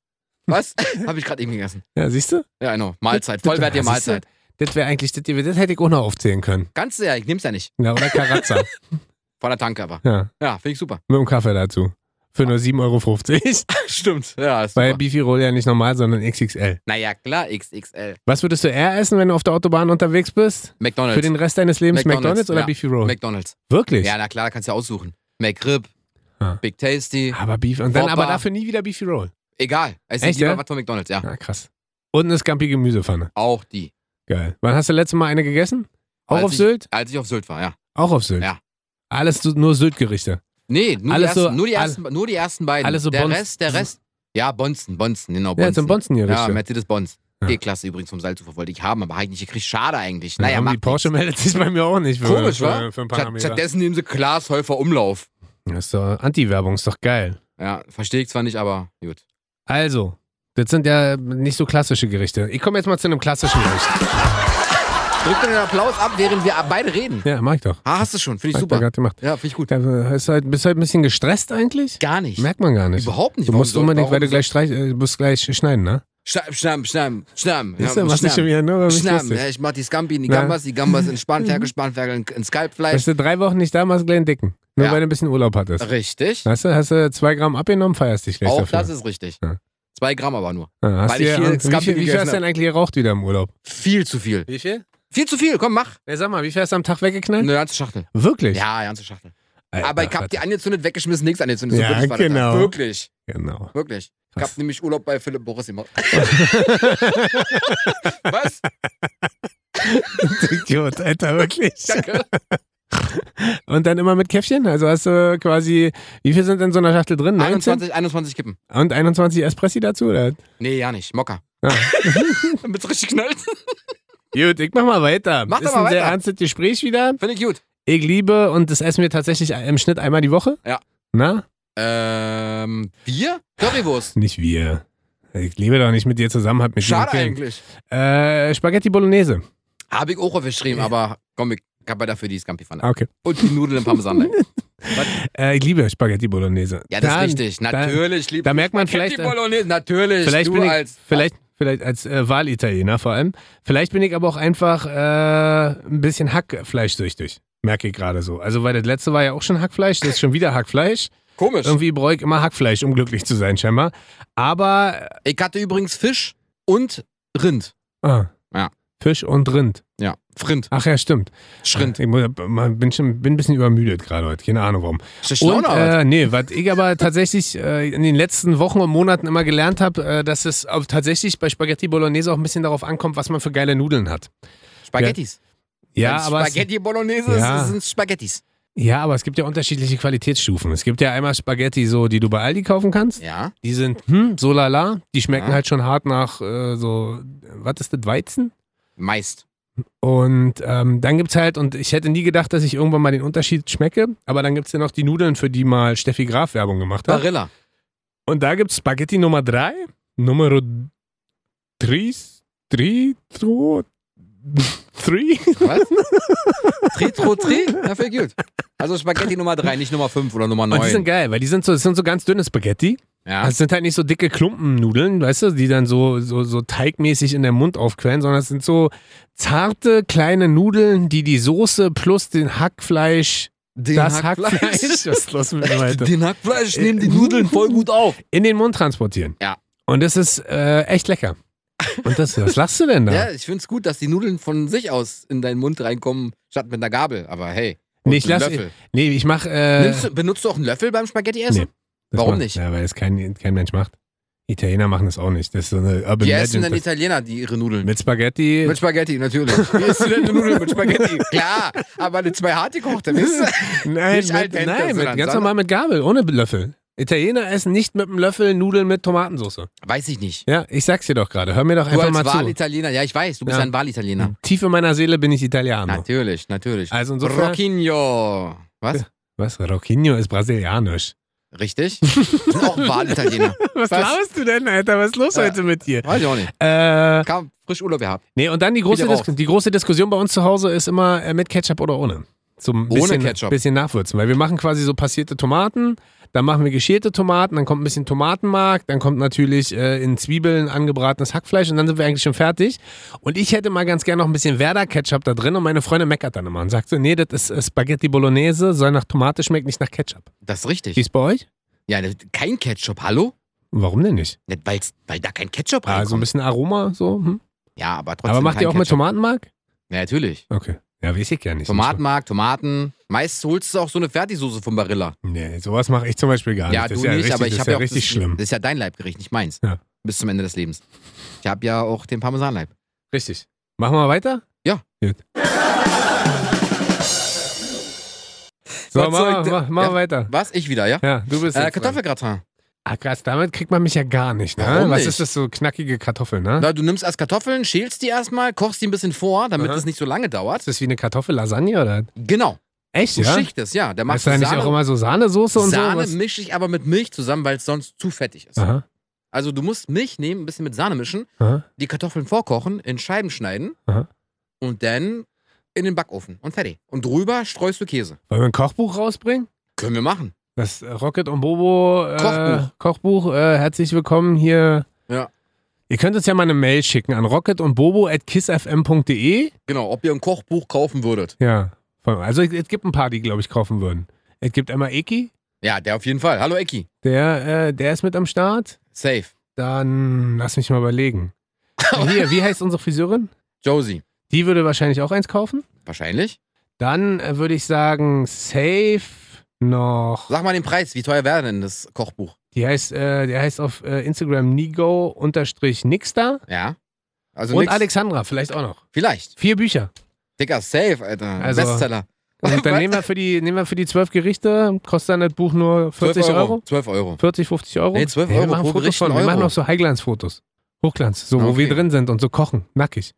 Speaker 1: Was? Habe ich gerade eben gegessen.
Speaker 2: Ja, siehst du?
Speaker 1: Ja, genau. Mahlzeit. Vollwertige
Speaker 2: Ja, siehst du?
Speaker 1: Mahlzeit.
Speaker 2: Das wäre eigentlich, das, das hätte ich auch noch aufzählen können.
Speaker 1: Kannst du ja, ich nehm's ja nicht.
Speaker 2: Ja, oder Karazza.
Speaker 1: Von der Tanke aber.
Speaker 2: ja,
Speaker 1: Ja, finde ich super.
Speaker 2: mit dem Kaffee dazu. für nur 7,50 Euro.
Speaker 1: Stimmt. Ja, ist
Speaker 2: Weil
Speaker 1: super.
Speaker 2: Beefy Roll ja nicht normal, sondern XXL.
Speaker 1: Naja, klar, XXL.
Speaker 2: Was würdest du eher essen, wenn du auf der Autobahn unterwegs bist?
Speaker 1: McDonalds.
Speaker 2: Für den Rest deines Lebens McDonalds,
Speaker 1: McDonald's,
Speaker 2: oder
Speaker 1: ja.
Speaker 2: Beefy Roll?
Speaker 1: McDonalds.
Speaker 2: Wirklich?
Speaker 1: Ja, na klar, kannst ja aussuchen. McRib,
Speaker 2: Ah.
Speaker 1: Big Tasty,
Speaker 2: aber Beef und dann
Speaker 1: Whopper.
Speaker 2: aber dafür nie wieder Beefy Roll.
Speaker 1: egal. Es
Speaker 2: Echt,
Speaker 1: ist lieber
Speaker 2: ja?
Speaker 1: was von McDonalds, ja.
Speaker 2: Ah, krass. Und eine scampi Gemüsepfanne.
Speaker 1: Auch die.
Speaker 2: Geil. Wann hast du letztes Mal eine gegessen? Auch
Speaker 1: Als
Speaker 2: auf
Speaker 1: ich-
Speaker 2: Sylt?
Speaker 1: Als ich auf Sylt war, ja.
Speaker 2: Auch auf Sylt.
Speaker 1: Ja.
Speaker 2: Alles so- nur Sylt-Gerichte.
Speaker 1: Nee, nur,
Speaker 2: Alles
Speaker 1: die, ersten,
Speaker 2: so-
Speaker 1: nur, die,
Speaker 2: all-
Speaker 1: ersten, nur die ersten beiden.
Speaker 2: alles so
Speaker 1: Äh, der
Speaker 2: Bonzen-
Speaker 1: Rest, der Rest. Ja, Bonzen, Bonzen, genau. Bonzen.
Speaker 2: Ja, zum
Speaker 1: Ja,
Speaker 2: Bonzen-Gerichte.
Speaker 1: Mercedes Bonz.
Speaker 2: Ja.
Speaker 1: G-Klasse übrigens um vom Salzufer wollte ich haben, aber habe ich nicht gekriegt. Schade eigentlich.
Speaker 2: Ja,
Speaker 1: Naja,
Speaker 2: aber
Speaker 1: mach
Speaker 2: die Porsche meldet sich bei mir auch nicht. Für,
Speaker 1: Komisch,
Speaker 2: für,
Speaker 1: wa?
Speaker 2: Für ein paar
Speaker 1: Statt,
Speaker 2: Meter.
Speaker 1: stattdessen nehmen sie Klaas Häufer Umlauf.
Speaker 2: Das ist doch Anti-Werbung, ist doch geil.
Speaker 1: Ja, verstehe ich zwar nicht, aber gut.
Speaker 2: Also, das sind ja nicht so klassische Gerichte. Ich komme jetzt mal zu einem klassischen Gericht.
Speaker 1: Drück den Applaus ab, während wir beide reden.
Speaker 2: Ja, mach ich doch.
Speaker 1: Ah, hast du schon, finde ich
Speaker 2: Hab da
Speaker 1: super.
Speaker 2: grad gemacht.
Speaker 1: Ja, finde ich gut.
Speaker 2: Da hast du halt, bist du halt ein bisschen gestresst eigentlich?
Speaker 1: Gar nicht.
Speaker 2: Merkt man gar nicht.
Speaker 1: Überhaupt nicht.
Speaker 2: Du musst
Speaker 1: Warum soll-
Speaker 2: unbedingt, weil du
Speaker 1: warum
Speaker 2: gleich, streich, äh, du musst gleich schneiden, ne?
Speaker 1: soll- Schnamm, schnamm, schnamm, schnamm.
Speaker 2: Siehst du, machst du schon
Speaker 1: schnamm.
Speaker 2: wieder, ne? War nicht
Speaker 1: Schnamm,
Speaker 2: lustig.
Speaker 1: ja, ich mach die Scampi in die
Speaker 2: Na.
Speaker 1: Gambas, die Gambas in Spanferkel, Spanferkel in, in Skalpfleisch.
Speaker 2: Weißt du, drei Wochen nicht da, machst du gleich einen Dicken. Nur
Speaker 1: Ja.
Speaker 2: weil du ein bisschen Urlaub hattest.
Speaker 1: Richtig.
Speaker 2: Weißt du, hast du zwei Gramm abgenommen, feierst dich gleich
Speaker 1: Auch
Speaker 2: dafür.
Speaker 1: das ist richtig.
Speaker 2: Ja.
Speaker 1: Zwei Gramm aber nur.
Speaker 2: ja, hast
Speaker 1: weil
Speaker 2: du
Speaker 1: ich
Speaker 2: ja-
Speaker 1: viel
Speaker 2: wie
Speaker 1: Scampi
Speaker 2: viel, wie viel
Speaker 1: gegessen
Speaker 2: hast du denn eigentlich geraucht wieder im Urlaub?
Speaker 1: Viel zu viel.
Speaker 2: Wie viel?
Speaker 1: Viel zu viel, komm, mach.
Speaker 2: Ja, sag mal, wie viel hast du am Tag weggeknallt?
Speaker 1: Eine ganze Schachtel.
Speaker 2: Wirklich?
Speaker 1: Ja, eine ganze Schachtel.
Speaker 2: Alter,
Speaker 1: aber ich hab die
Speaker 2: Vater.
Speaker 1: angezündet, weggeschmissen, nichts angezündet.
Speaker 2: Ja,
Speaker 1: wirklich war das.
Speaker 2: genau.
Speaker 1: Wirklich,
Speaker 2: Genau.
Speaker 1: wirklich. Ich
Speaker 2: Krass.
Speaker 1: hab nämlich Urlaub bei Philipp Boris im Haus. Was?
Speaker 2: Idiot, Alter, wirklich.
Speaker 1: Danke.
Speaker 2: Und dann immer mit Käffchen? Also hast du quasi, wie viel sind in so einer Schachtel drin? 19?
Speaker 1: 21, 21 Kippen.
Speaker 2: Und 21 Espressi dazu? Oder?
Speaker 1: Nee, ja nicht. Mocker.
Speaker 2: Ja.
Speaker 1: Damit's richtig knallt.
Speaker 2: Gut, ich mach mal weiter.
Speaker 1: Mach doch
Speaker 2: Ist
Speaker 1: mal
Speaker 2: ein sehr
Speaker 1: weiter.
Speaker 2: ernstes Gespräch wieder.
Speaker 1: Finde ich gut.
Speaker 2: Ich liebe und das essen wir tatsächlich im Schnitt einmal die Woche.
Speaker 1: Ja.
Speaker 2: Na?
Speaker 1: Ähm, Bier? Currywurst.
Speaker 2: Nicht wir. Ich lebe doch nicht mit dir zusammen, hab mit
Speaker 1: Schade
Speaker 2: dir gekriegt.
Speaker 1: eigentlich.
Speaker 2: Äh, Spaghetti Bolognese.
Speaker 1: Habe ich auch aufgeschrieben, aber komm, ich hab ja dafür die Scampi von.
Speaker 2: Ah, Okay.
Speaker 1: Und die Nudeln im Parmesan.
Speaker 2: Äh, ich liebe Spaghetti Bolognese.
Speaker 1: Ja, das
Speaker 2: da,
Speaker 1: ist richtig. Natürlich, lieb.
Speaker 2: Da merkt man
Speaker 1: Kennt
Speaker 2: vielleicht. äh,
Speaker 1: die Bolognese? Natürlich.
Speaker 2: Vielleicht
Speaker 1: du
Speaker 2: bin ich,
Speaker 1: als.
Speaker 2: vielleicht, vielleicht als äh, Wahlitaliener vor allem. Vielleicht bin ich aber auch einfach äh, ein bisschen Hackfleischsüchtig. Merke ich gerade so. Also, weil das letzte war ja auch schon Hackfleisch, das ist schon wieder Hackfleisch.
Speaker 1: Komisch.
Speaker 2: Irgendwie bräuchte ich immer Hackfleisch, um glücklich zu sein, scheinbar. Aber,
Speaker 1: Ich hatte übrigens Fisch und Rind.
Speaker 2: äh, ah,
Speaker 1: Ja.
Speaker 2: Fisch und Rind.
Speaker 1: Ja, Frind.
Speaker 2: Ach ja, stimmt.
Speaker 1: Schrind.
Speaker 2: Ich mu- bin, schon, bin ein bisschen übermüdet gerade heute. Keine Ahnung warum. Und,
Speaker 1: äh,
Speaker 2: äh, nee, was ich aber tatsächlich äh, in den letzten Wochen und Monaten immer gelernt habe, äh, dass es auch tatsächlich bei Spaghetti Bolognese auch ein bisschen darauf ankommt, was man für geile Nudeln hat.
Speaker 1: Spaghettis.
Speaker 2: äh, Ja,
Speaker 1: Wenn's
Speaker 2: aber es,
Speaker 1: Spaghetti Bolognese
Speaker 2: Ja.
Speaker 1: ist- sind Spaghettis.
Speaker 2: ja, aber es gibt ja unterschiedliche Qualitätsstufen. Es gibt ja einmal Spaghetti, so, die du bei Aldi kaufen kannst.
Speaker 1: Ja.
Speaker 2: Die sind hm, so lala. Die schmecken
Speaker 1: Ja.
Speaker 2: halt schon hart nach äh, so, was ist das, Weizen?
Speaker 1: Meist.
Speaker 2: Und ähm, dann gibt's halt, und ich hätte nie gedacht, dass ich irgendwann mal den Unterschied schmecke, aber dann gibt's ja noch die Nudeln, für die mal Steffi Graf Werbung gemacht hat.
Speaker 1: Barilla.
Speaker 2: Und da gibt's Spaghetti Nummer 3, Nummer 3, 3, 3.
Speaker 1: Was? tri, tro, tri? Na, viel gut. Also Spaghetti Nummer 3, nicht Nummer 5 oder Nummer
Speaker 2: Und die
Speaker 1: 9.
Speaker 2: sind geil, weil die sind so, das sind so ganz dünne Spaghetti.
Speaker 1: Ja.
Speaker 2: Das sind halt nicht so dicke Klumpennudeln, weißt du, die dann so, so, so teigmäßig in der Mund aufquellen, sondern es sind so zarte, kleine Nudeln, die die Soße plus den Hackfleisch,
Speaker 1: Den
Speaker 2: das Hackfleisch, was ist los mit mir heute?
Speaker 1: Den Hackfleisch nehmen die Nudeln voll gut auf.
Speaker 2: in den Mund transportieren.
Speaker 1: Ja.
Speaker 2: Und das ist äh, echt lecker. Und das, was lachst du denn da?
Speaker 1: Ja, ich find's gut, dass die Nudeln von sich aus in deinen Mund reinkommen, statt mit einer Gabel. Aber hey.
Speaker 2: Nee,
Speaker 1: und
Speaker 2: ich
Speaker 1: einen
Speaker 2: lass-
Speaker 1: Löffel.
Speaker 2: Nee, ich mach. Äh,
Speaker 1: Nimmst du, benutzt du auch einen Löffel beim Spaghetti essen?
Speaker 2: Nee. das
Speaker 1: warum
Speaker 2: macht-
Speaker 1: nicht?
Speaker 2: Ja, weil es kein, kein Mensch macht. Italiener machen das auch nicht. Das ist so eine Urban
Speaker 1: Die essen dann
Speaker 2: Legend.
Speaker 1: Italiener, die ihre Nudeln.
Speaker 2: Mit Spaghetti.
Speaker 1: Mit Spaghetti, natürlich. Wie isst du denn eine Nudel mit Spaghetti? Klar, aber eine zwei hart gekochte, wisst ihr?
Speaker 2: nein,
Speaker 1: nicht al dente,
Speaker 2: mit, nein
Speaker 1: sondern
Speaker 2: mit, ganz
Speaker 1: Sahne.
Speaker 2: normal mit Gabel, ohne Löffel. Italiener essen nicht mit einem Löffel Nudeln mit Tomatensauce.
Speaker 1: Weiß ich nicht.
Speaker 2: Ja, ich sag's dir doch gerade. Hör mir doch
Speaker 1: Du
Speaker 2: einfach
Speaker 1: als
Speaker 2: mal
Speaker 1: Wahlitaliener, ja, ich weiß, du bist
Speaker 2: Ja. Mhm,
Speaker 1: ja. ein Wahlitaliener.
Speaker 2: zu. Tief in meiner Seele bin ich Italiano.
Speaker 1: Natürlich, natürlich.
Speaker 2: Also insofern.
Speaker 1: Rockinho. Was?
Speaker 2: Was? Rocchino ist brasilianisch.
Speaker 1: Richtig? Sind auch Wahlitaliener.
Speaker 2: Was, laberst du denn, Alter? Was ist los
Speaker 1: Ja.
Speaker 2: heute mit dir?
Speaker 1: Weiß ich auch nicht.
Speaker 2: Äh,
Speaker 1: Kam frisch Urlaub gehabt.
Speaker 2: nee, und dann die große,
Speaker 1: Wieder raus.
Speaker 2: Dis die große Diskussion bei uns zu Hause ist immer äh, mit Ketchup oder ohne. Zum
Speaker 1: Ohne
Speaker 2: bisschen,
Speaker 1: Ketchup.
Speaker 2: bisschen nachwürzen, weil wir machen quasi so passierte Tomaten, dann machen wir geschälte Tomaten, dann kommt ein bisschen Tomatenmark, dann kommt natürlich äh, in Zwiebeln angebratenes Hackfleisch und dann sind wir eigentlich schon fertig. Und ich hätte mal ganz gerne noch ein bisschen Werder-Ketchup da drin und meine Freundin meckert dann immer und sagt so, nee, das ist äh, Spaghetti Bolognese, soll nach Tomate schmeckt, nicht nach Ketchup.
Speaker 1: Das ist richtig.
Speaker 2: Wie ist bei euch?
Speaker 1: Ja, ne, kein Ketchup, hallo?
Speaker 2: Warum denn nicht?
Speaker 1: Ne, Weil's, weil da kein Ketchup reinkommt.
Speaker 2: Also ein bisschen Aroma, so. Hm?
Speaker 1: ja, aber trotzdem.
Speaker 2: Aber macht
Speaker 1: kein
Speaker 2: ihr auch mit
Speaker 1: Ketchup.
Speaker 2: Tomatenmark?
Speaker 1: Ja, natürlich.
Speaker 2: Okay. Ja, weiß ich ja nicht.
Speaker 1: Tomatenmark, Tomaten. Meist holst du auch so eine Fertigsoße von Barilla.
Speaker 2: Nee, sowas mache ich zum Beispiel gar
Speaker 1: ja,
Speaker 2: nicht.
Speaker 1: du
Speaker 2: Das ist
Speaker 1: nicht,
Speaker 2: ja richtig,
Speaker 1: aber ich
Speaker 2: das ist
Speaker 1: habe
Speaker 2: ja
Speaker 1: ja auch.
Speaker 2: richtig
Speaker 1: das,
Speaker 2: schlimm.
Speaker 1: Das ist ja dein Leibgericht, nicht meins.
Speaker 2: Ja.
Speaker 1: Bis zum Ende des Lebens. Ich habe ja auch den Parmesanleib.
Speaker 2: Richtig. Machen wir weiter?
Speaker 1: Ja.
Speaker 2: Gut. So,
Speaker 1: Was
Speaker 2: mach,
Speaker 1: soll
Speaker 2: mal-
Speaker 1: ich
Speaker 2: mach, mach
Speaker 1: Ja.
Speaker 2: mal weiter.
Speaker 1: Was? Ich wieder, ja?
Speaker 2: Ja, du bist.
Speaker 1: äh,
Speaker 2: jetzt dran.
Speaker 1: Kartoffelgratin.
Speaker 2: Ah, krass, damit kriegt man mich ja gar nicht, ne?
Speaker 1: Warum
Speaker 2: Was
Speaker 1: nicht?
Speaker 2: ist das so knackige Kartoffel, ne?
Speaker 1: Na, du nimmst erst Kartoffeln, schälst die erstmal, kochst die ein bisschen vor, damit
Speaker 2: Aha.
Speaker 1: es nicht so lange dauert.
Speaker 2: Ist das wie eine Kartoffel-Lasagne oder?
Speaker 1: Genau.
Speaker 2: Echt,
Speaker 1: Du
Speaker 2: ja?
Speaker 1: schichtest, ja. Da machst
Speaker 2: Machst
Speaker 1: du
Speaker 2: du da nicht auch
Speaker 1: Sahne,
Speaker 2: immer so Sahnesoße und
Speaker 1: Sahne
Speaker 2: so?
Speaker 1: mische ich aber mit Milch zusammen, weil es sonst zu fettig ist.
Speaker 2: Was? Aha,
Speaker 1: Also du musst Milch nehmen, ein bisschen mit Sahne mischen,
Speaker 2: aha.
Speaker 1: die Kartoffeln vorkochen, in Scheiben schneiden
Speaker 2: Aha.
Speaker 1: und dann in den Backofen und fertig. Und drüber streust du Käse.
Speaker 2: Wollen wir ein Kochbuch rausbringen?
Speaker 1: Können wir machen.
Speaker 2: Das äh, Rocket und Bobo äh,
Speaker 1: Kochbuch.
Speaker 2: Kochbuch äh, herzlich willkommen hier.
Speaker 1: Ja.
Speaker 2: Ihr könnt uns ja mal eine Mail schicken an rocket und bobo at kissfm.de.
Speaker 1: Genau, ob ihr ein Kochbuch kaufen würdet.
Speaker 2: Ja. Voll. Also es es gibt ein paar, die, glaube ich, kaufen würden. Es gibt einmal Eki,
Speaker 1: Ja, der auf jeden Fall. Hallo Ecki.
Speaker 2: der, äh, der ist mit am Start.
Speaker 1: Safe.
Speaker 2: Dann lass mich mal überlegen. Äh, Hier, wie heißt unsere Friseurin?
Speaker 1: Josie.
Speaker 2: Die würde wahrscheinlich auch eins kaufen.
Speaker 1: Wahrscheinlich.
Speaker 2: Dann äh, würde ich sagen, safe noch.
Speaker 1: Sag mal den Preis. Wie teuer wäre denn das Kochbuch?
Speaker 2: Die heißt, äh, der heißt auf äh, Instagram nigo-nixter.
Speaker 1: Ja. Also
Speaker 2: Und
Speaker 1: nix.
Speaker 2: Alexandra, vielleicht auch noch.
Speaker 1: Vielleicht.
Speaker 2: Vier Bücher.
Speaker 1: Dicker, safe, Alter.
Speaker 2: Also-
Speaker 1: Bestseller.
Speaker 2: Und dann nehmen wir für die, nehmen wir für die zwölf Gerichte, kostet dann das Buch nur 40
Speaker 1: 12
Speaker 2: Euro.
Speaker 1: Euro. 12 Euro.
Speaker 2: 40, 50 Euro.
Speaker 1: Nee, 12
Speaker 2: wir
Speaker 1: Euro
Speaker 2: machen
Speaker 1: pro
Speaker 2: Fotos
Speaker 1: Gericht ein
Speaker 2: von, wir
Speaker 1: Euro. Ah,
Speaker 2: machen auch so Highglanzfotos. Hochglanz, so wo
Speaker 1: Okay.
Speaker 2: wir drin sind und so kochen, nackig.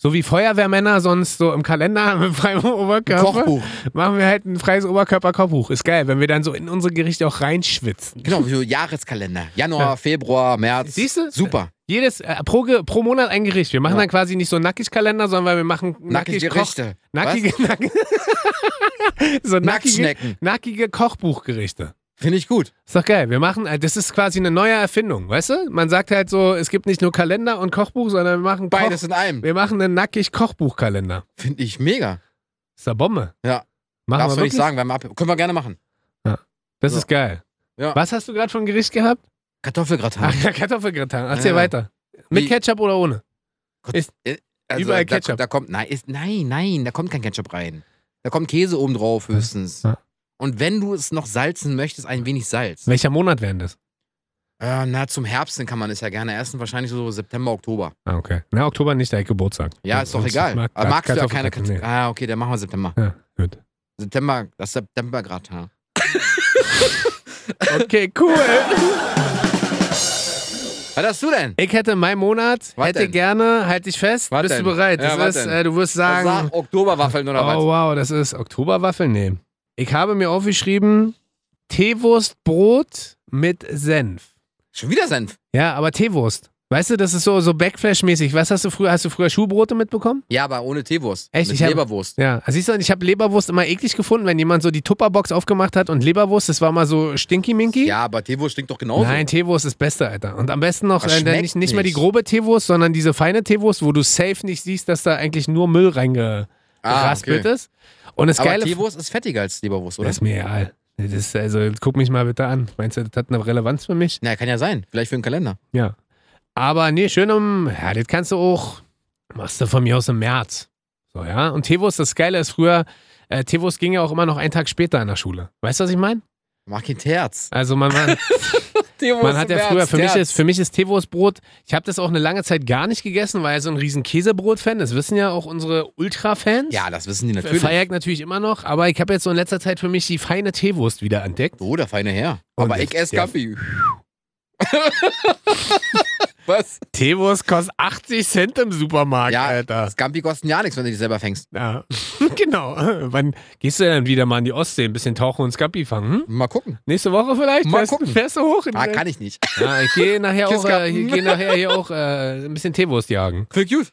Speaker 2: So wie Feuerwehrmänner sonst so im Kalender mit freiem Oberkörper.
Speaker 1: Kochbuch.
Speaker 2: Machen wir halt ein freies Oberkörper-Kochbuch. Ist geil, wenn wir dann so in unsere Gerichte auch reinschwitzen.
Speaker 1: Genau, so Jahreskalender. Januar,
Speaker 2: Ja.
Speaker 1: Februar, März.
Speaker 2: Siehst du?
Speaker 1: Super.
Speaker 2: Jedes, äh, pro, Ge- pro Monat ein Gericht. Wir machen
Speaker 1: Ja.
Speaker 2: dann quasi nicht so einen Nackig-Kalender, sondern wir machen nackig
Speaker 1: Nackige
Speaker 2: Koch,
Speaker 1: Gerichte.
Speaker 2: nackige, nackige, so nackige,
Speaker 1: Nacktschnecken.
Speaker 2: nackige Kochbuchgerichte.
Speaker 1: Finde ich gut.
Speaker 2: Ist doch geil. Wir machen, äh, das ist quasi eine neue Erfindung, weißt du? Man sagt halt so, es gibt nicht nur Kalender und Kochbuch, sondern wir machen Koch,
Speaker 1: Beides in einem.
Speaker 2: Wir machen einen nackig Kochbuchkalender.
Speaker 1: Finde ich mega.
Speaker 2: Ist der Bombe.
Speaker 1: Ja.
Speaker 2: Machen
Speaker 1: Darfst
Speaker 2: wir
Speaker 1: du nicht
Speaker 2: wirklich?
Speaker 1: sagen, wenn wir ab. Können wir gerne machen.
Speaker 2: Das
Speaker 1: Ja.
Speaker 2: ist geil.
Speaker 1: Ja.
Speaker 2: Was hast du gerade von Gericht gehabt?
Speaker 1: Kartoffelgratin.
Speaker 2: Ach ja, Kartoffelgratin. Erzähl
Speaker 1: Ja.
Speaker 2: weiter. Mit
Speaker 1: Wie-
Speaker 2: Ketchup oder ohne? überall
Speaker 1: äh, also da,
Speaker 2: Ketchup.
Speaker 1: Da kommt, nein, ist, nein, nein, da kommt kein Ketchup rein. Da kommt Käse oben drauf höchstens.
Speaker 2: Ja.
Speaker 1: Und wenn du es noch salzen möchtest, ein wenig Salz.
Speaker 2: Welcher Monat wären das?
Speaker 1: Äh, na, zum Herbst hin kann man es ja gerne essen, wahrscheinlich so September, Oktober.
Speaker 2: Ah, okay. Na, Oktober nicht, da ich Geburtstag.
Speaker 1: Ja, ist doch
Speaker 2: Sonst
Speaker 1: egal.
Speaker 2: mag-
Speaker 1: Aber magst du ja keine
Speaker 2: Kartoffelgratin,
Speaker 1: Kartoffeln. Ah, okay, dann machen wir September.
Speaker 2: nee. Ja, gut.
Speaker 1: September, das September gerade. Ja.
Speaker 2: Okay, cool.
Speaker 1: Was hast du denn?
Speaker 2: Ich hätte in meinem Monat,
Speaker 1: Was
Speaker 2: hätte
Speaker 1: denn?
Speaker 2: gerne, halte ich fest,
Speaker 1: Was
Speaker 2: bist
Speaker 1: denn?
Speaker 2: du bereit?
Speaker 1: Ja, was
Speaker 2: Das ist,
Speaker 1: denn?
Speaker 2: äh, du wirst
Speaker 1: Was
Speaker 2: sagen,
Speaker 1: sag, Oktoberwaffeln oder
Speaker 2: oh
Speaker 1: was?
Speaker 2: wow, das ist Oktoberwaffeln? Nee. Ich habe mir aufgeschrieben, Teewurstbrot mit Senf.
Speaker 1: Schon wieder Senf?
Speaker 2: Ja, aber Teewurst. Weißt du, das ist so, so Backflash-mäßig. Was hast du früher? Hast du früher Schuhbrote mitbekommen?
Speaker 1: Ja, aber ohne Teewurst.
Speaker 2: Echt?
Speaker 1: Mit
Speaker 2: Ich hab-
Speaker 1: Leberwurst.
Speaker 2: Ja. Also siehst du, und ich habe Leberwurst immer eklig gefunden, wenn jemand so die Tupperbox aufgemacht hat und Leberwurst, das war mal so stinky-minky.
Speaker 1: Ja, aber Teewurst stinkt doch genauso.
Speaker 2: Nein, Teewurst ist beste, Alter. Und am besten noch
Speaker 1: Das
Speaker 2: äh,
Speaker 1: Ah, schmeckt
Speaker 2: nicht, nicht mehr die
Speaker 1: nicht.
Speaker 2: grobe Teewurst, sondern diese feine Teewurst, wo du safe nicht siehst, dass da eigentlich nur Müll reingeraspelt
Speaker 1: ah, okay.
Speaker 2: ist. Und das
Speaker 1: Aber
Speaker 2: Geile
Speaker 1: Teewurst ist fettiger als Leberwurst, oder?
Speaker 2: Das ist mir egal. Das ist, also, guck mich mal bitte an. Meinst du, das hat eine Relevanz für mich?
Speaker 1: Na, kann ja sein. Vielleicht für den Kalender.
Speaker 2: Ja. Aber nee, schön um, ja, das kannst du auch, machst du von mir aus im März. So, ja. Und Teewurst, das Geile ist früher, äh, Teewurst ging ja auch immer noch einen Tag später in der Schule. Weißt du, was ich meine?
Speaker 1: Mach kein Terz.
Speaker 2: Also man, man, man hat ja früher, für mich, ist, für mich ist Teewurstbrot, ich habe das auch eine lange Zeit gar nicht gegessen, weil ich so ein riesen Käsebrot-Fan, das wissen ja auch unsere Ultra-Fans.
Speaker 1: Ja, das wissen die natürlich.
Speaker 2: Feier ich natürlich immer noch, aber ich habe jetzt so in letzter Zeit für mich die feine Teewurst wieder entdeckt.
Speaker 1: Oh, der feine Herr.
Speaker 2: Und
Speaker 1: Aber ich
Speaker 2: jetzt-
Speaker 1: esse
Speaker 2: ja.
Speaker 1: Kaffee. Was?
Speaker 2: Teewurst kostet 80 Cent im Supermarkt,
Speaker 1: Ja,
Speaker 2: Alter.
Speaker 1: Scampi kosten ja nichts, wenn du dich selber fängst.
Speaker 2: Ja, genau. Wann gehst du denn wieder mal in die Ostsee, ein bisschen tauchen und Scappi fangen? Hm?
Speaker 1: Mal gucken.
Speaker 2: Nächste Woche vielleicht?
Speaker 1: Mal
Speaker 2: fährst,
Speaker 1: gucken.
Speaker 2: Fährst du hoch? In
Speaker 1: Ah, kann ich nicht.
Speaker 2: ja, ich gehe nachher, auch, äh,
Speaker 1: Kiskappen.
Speaker 2: ich gehe nachher hier auch äh, ein bisschen Teewurst jagen.
Speaker 1: Für cute.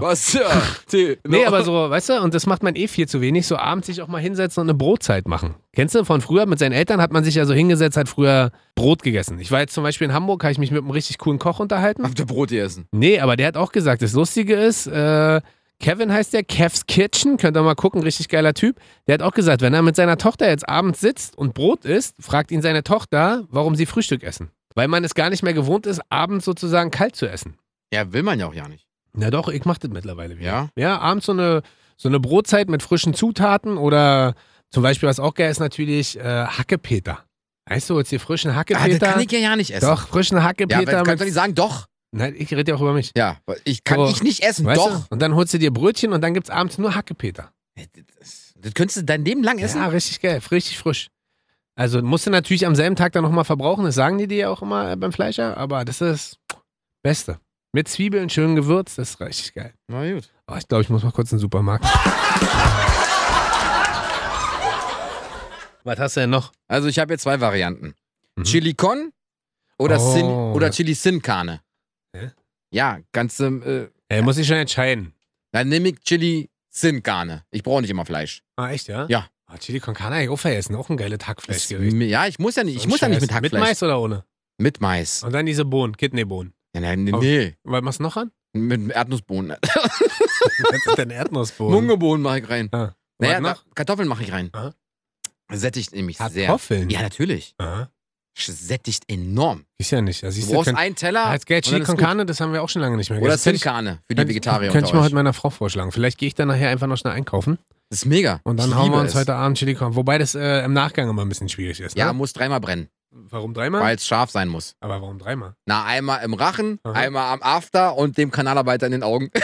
Speaker 1: Was? Ja, Tee.
Speaker 2: Nee, aber so, weißt du, und das macht man eh viel zu wenig, so abends sich auch mal hinsetzen und eine Brotzeit machen. Kennst du, von früher mit seinen Eltern hat man sich ja so hingesetzt, hat früher Brot gegessen. Ich war jetzt zum Beispiel in Hamburg, habe ich mich mit einem richtig coolen Koch unterhalten.
Speaker 1: Habt ihr Brot hier essen?
Speaker 2: Nee, aber der hat auch gesagt, das Lustige ist, äh, Kevin heißt der, Kev's Kitchen, könnt ihr mal gucken, richtig geiler Typ. Der hat auch gesagt, wenn er mit seiner Tochter jetzt abends sitzt und Brot isst, fragt ihn seine Tochter, warum sie Frühstück essen. Weil man es gar nicht mehr gewohnt ist, abends sozusagen kalt zu essen.
Speaker 1: Ja, will man ja auch ja nicht.
Speaker 2: Na doch, ich mach das mittlerweile wieder.
Speaker 1: Ja?
Speaker 2: Ja, abends so eine, so eine Brotzeit mit frischen Zutaten oder zum Beispiel, was auch geil ist, natürlich äh, Hackepeter. Weißt du, jetzt hier frischen
Speaker 1: Ah, das
Speaker 2: Hackepeter.
Speaker 1: kann ich ja ja nicht essen.
Speaker 2: doch, frischen
Speaker 1: Ja, weil
Speaker 2: Hackepeter.
Speaker 1: du kannst doch nicht
Speaker 2: mit,
Speaker 1: sagen, doch.
Speaker 2: nein, ich rede ja auch über mich.
Speaker 1: Ja, weil ich kann
Speaker 2: So.
Speaker 1: ich nicht essen,
Speaker 2: Weißt
Speaker 1: doch.
Speaker 2: Du? Und dann holst du dir Brötchen und dann gibt's abends nur Hackepeter.
Speaker 1: Das, das könntest du dein Leben lang essen.
Speaker 2: Ja, richtig geil, richtig frisch. Also musst du natürlich am selben Tag dann nochmal verbrauchen, das sagen die dir ja auch immer äh, beim Fleischer, aber das ist Beste. Mit Zwiebeln, schön gewürzt, das ist richtig geil.
Speaker 1: Na gut.
Speaker 2: Oh, ich glaube, ich muss mal kurz in den Supermarkt. Was hast du denn noch?
Speaker 1: Also ich habe jetzt zwei Varianten.
Speaker 2: Mhm.
Speaker 1: Chili con oder,
Speaker 2: Oh.
Speaker 1: Sin, oder Chili Sin Carne.
Speaker 2: Hä?
Speaker 1: Ja, ganz äh,
Speaker 2: Ey, muss ich schon entscheiden.
Speaker 1: dann nehme ich Chili Sin Carne. Ich brauche nicht immer Fleisch.
Speaker 2: Ah, echt, ja?
Speaker 1: Ja.
Speaker 2: Ah, Chili con carne hab ich auch vergessen, auch ein geiles
Speaker 1: Das,
Speaker 2: Hackfleischgericht.
Speaker 1: ja, ich muss ja nicht, ich muss ja nicht mit
Speaker 2: Scheiß.
Speaker 1: Hackfleisch.
Speaker 2: Mit Mais oder ohne?
Speaker 1: Mit Mais.
Speaker 2: Und dann diese Bohnen, Kidneybohnen.
Speaker 1: Ja, nein,
Speaker 2: Auf-
Speaker 1: nee,
Speaker 2: Was machst du noch an?
Speaker 1: mit Erdnussbohnen.
Speaker 2: Was ist denn Erdnussbohnen?
Speaker 1: Mungebohnen mache ich rein.
Speaker 2: Ah.
Speaker 1: Naja,
Speaker 2: Was noch?
Speaker 1: da- Kartoffeln mache ich rein.
Speaker 2: Aha.
Speaker 1: Sättigt nämlich sehr.
Speaker 2: Kartoffeln?
Speaker 1: Ja, natürlich.
Speaker 2: Aha.
Speaker 1: Sättigt enorm.
Speaker 2: Ich ja nicht. Also,
Speaker 1: Du
Speaker 2: siehst
Speaker 1: brauchst
Speaker 2: kann-
Speaker 1: einen Teller.
Speaker 2: als Geld
Speaker 1: und
Speaker 2: Chili
Speaker 1: dann ist
Speaker 2: con
Speaker 1: gut.
Speaker 2: Carne, das haben wir auch schon lange nicht mehr
Speaker 1: Oder
Speaker 2: gegessen.
Speaker 1: Sin
Speaker 2: Könnte
Speaker 1: Carne für die Vegetarier
Speaker 2: ich, könnte ich
Speaker 1: unter
Speaker 2: mal
Speaker 1: euch.
Speaker 2: heute meiner Frau vorschlagen. Vielleicht gehe ich dann nachher einfach noch schnell einkaufen
Speaker 1: Das ist mega.
Speaker 2: und dann
Speaker 1: Ich
Speaker 2: hauen
Speaker 1: liebe
Speaker 2: wir uns
Speaker 1: es.
Speaker 2: heute Abend Chili con Wobei das äh, im Nachgang immer ein bisschen schwierig ist.
Speaker 1: Ja,
Speaker 2: Ne?
Speaker 1: muss dreimal brennen,
Speaker 2: Warum dreimal?
Speaker 1: weil es scharf sein muss.
Speaker 2: Aber warum dreimal?
Speaker 1: Na, einmal im Rachen,
Speaker 2: Aha.
Speaker 1: einmal am After und dem Kanalarbeiter in den Augen.
Speaker 2: das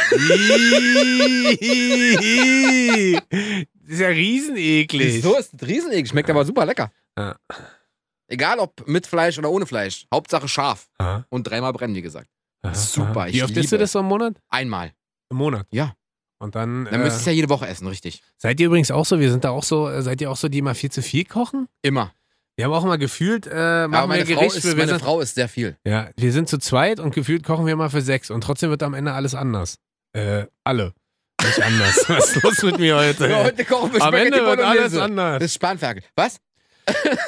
Speaker 2: ist ja rieseneklig.
Speaker 1: so ist das rieseneklig, schmeckt aber super lecker.
Speaker 2: Ja.
Speaker 1: Egal ob mit Fleisch oder ohne Fleisch. Hauptsache scharf.
Speaker 2: Aha,
Speaker 1: Und dreimal brennen, wie gesagt.
Speaker 2: aha,
Speaker 1: Super,
Speaker 2: aha.
Speaker 1: ich
Speaker 2: Wie oft isst
Speaker 1: liebe
Speaker 2: du das so im Monat?
Speaker 1: Einmal.
Speaker 2: Im Monat.
Speaker 1: Ja.
Speaker 2: Und dann,
Speaker 1: Dann
Speaker 2: äh,
Speaker 1: müsstest du ja jede Woche essen, richtig.
Speaker 2: seid ihr übrigens auch so, wir sind da auch so, äh, seid ihr auch so, die immer viel zu viel kochen?
Speaker 1: Immer.
Speaker 2: Wir haben auch immer gefühlt, äh, machen
Speaker 1: Aber
Speaker 2: wir
Speaker 1: meine, Frau
Speaker 2: Gericht
Speaker 1: ist,
Speaker 2: für, wir
Speaker 1: meine
Speaker 2: sind
Speaker 1: Frau ist sehr viel.
Speaker 2: Ja, wir sind zu zweit und gefühlt kochen wir mal für sechs und trotzdem wird am Ende alles anders. Äh, alle. Nicht anders. Was ist los mit mir heute?
Speaker 1: Ja, heute kochen wir
Speaker 2: am
Speaker 1: Spaghetti
Speaker 2: Ende wird
Speaker 1: Bolognese.
Speaker 2: alles
Speaker 1: Das
Speaker 2: anders.
Speaker 1: ist Spanferkel. Was?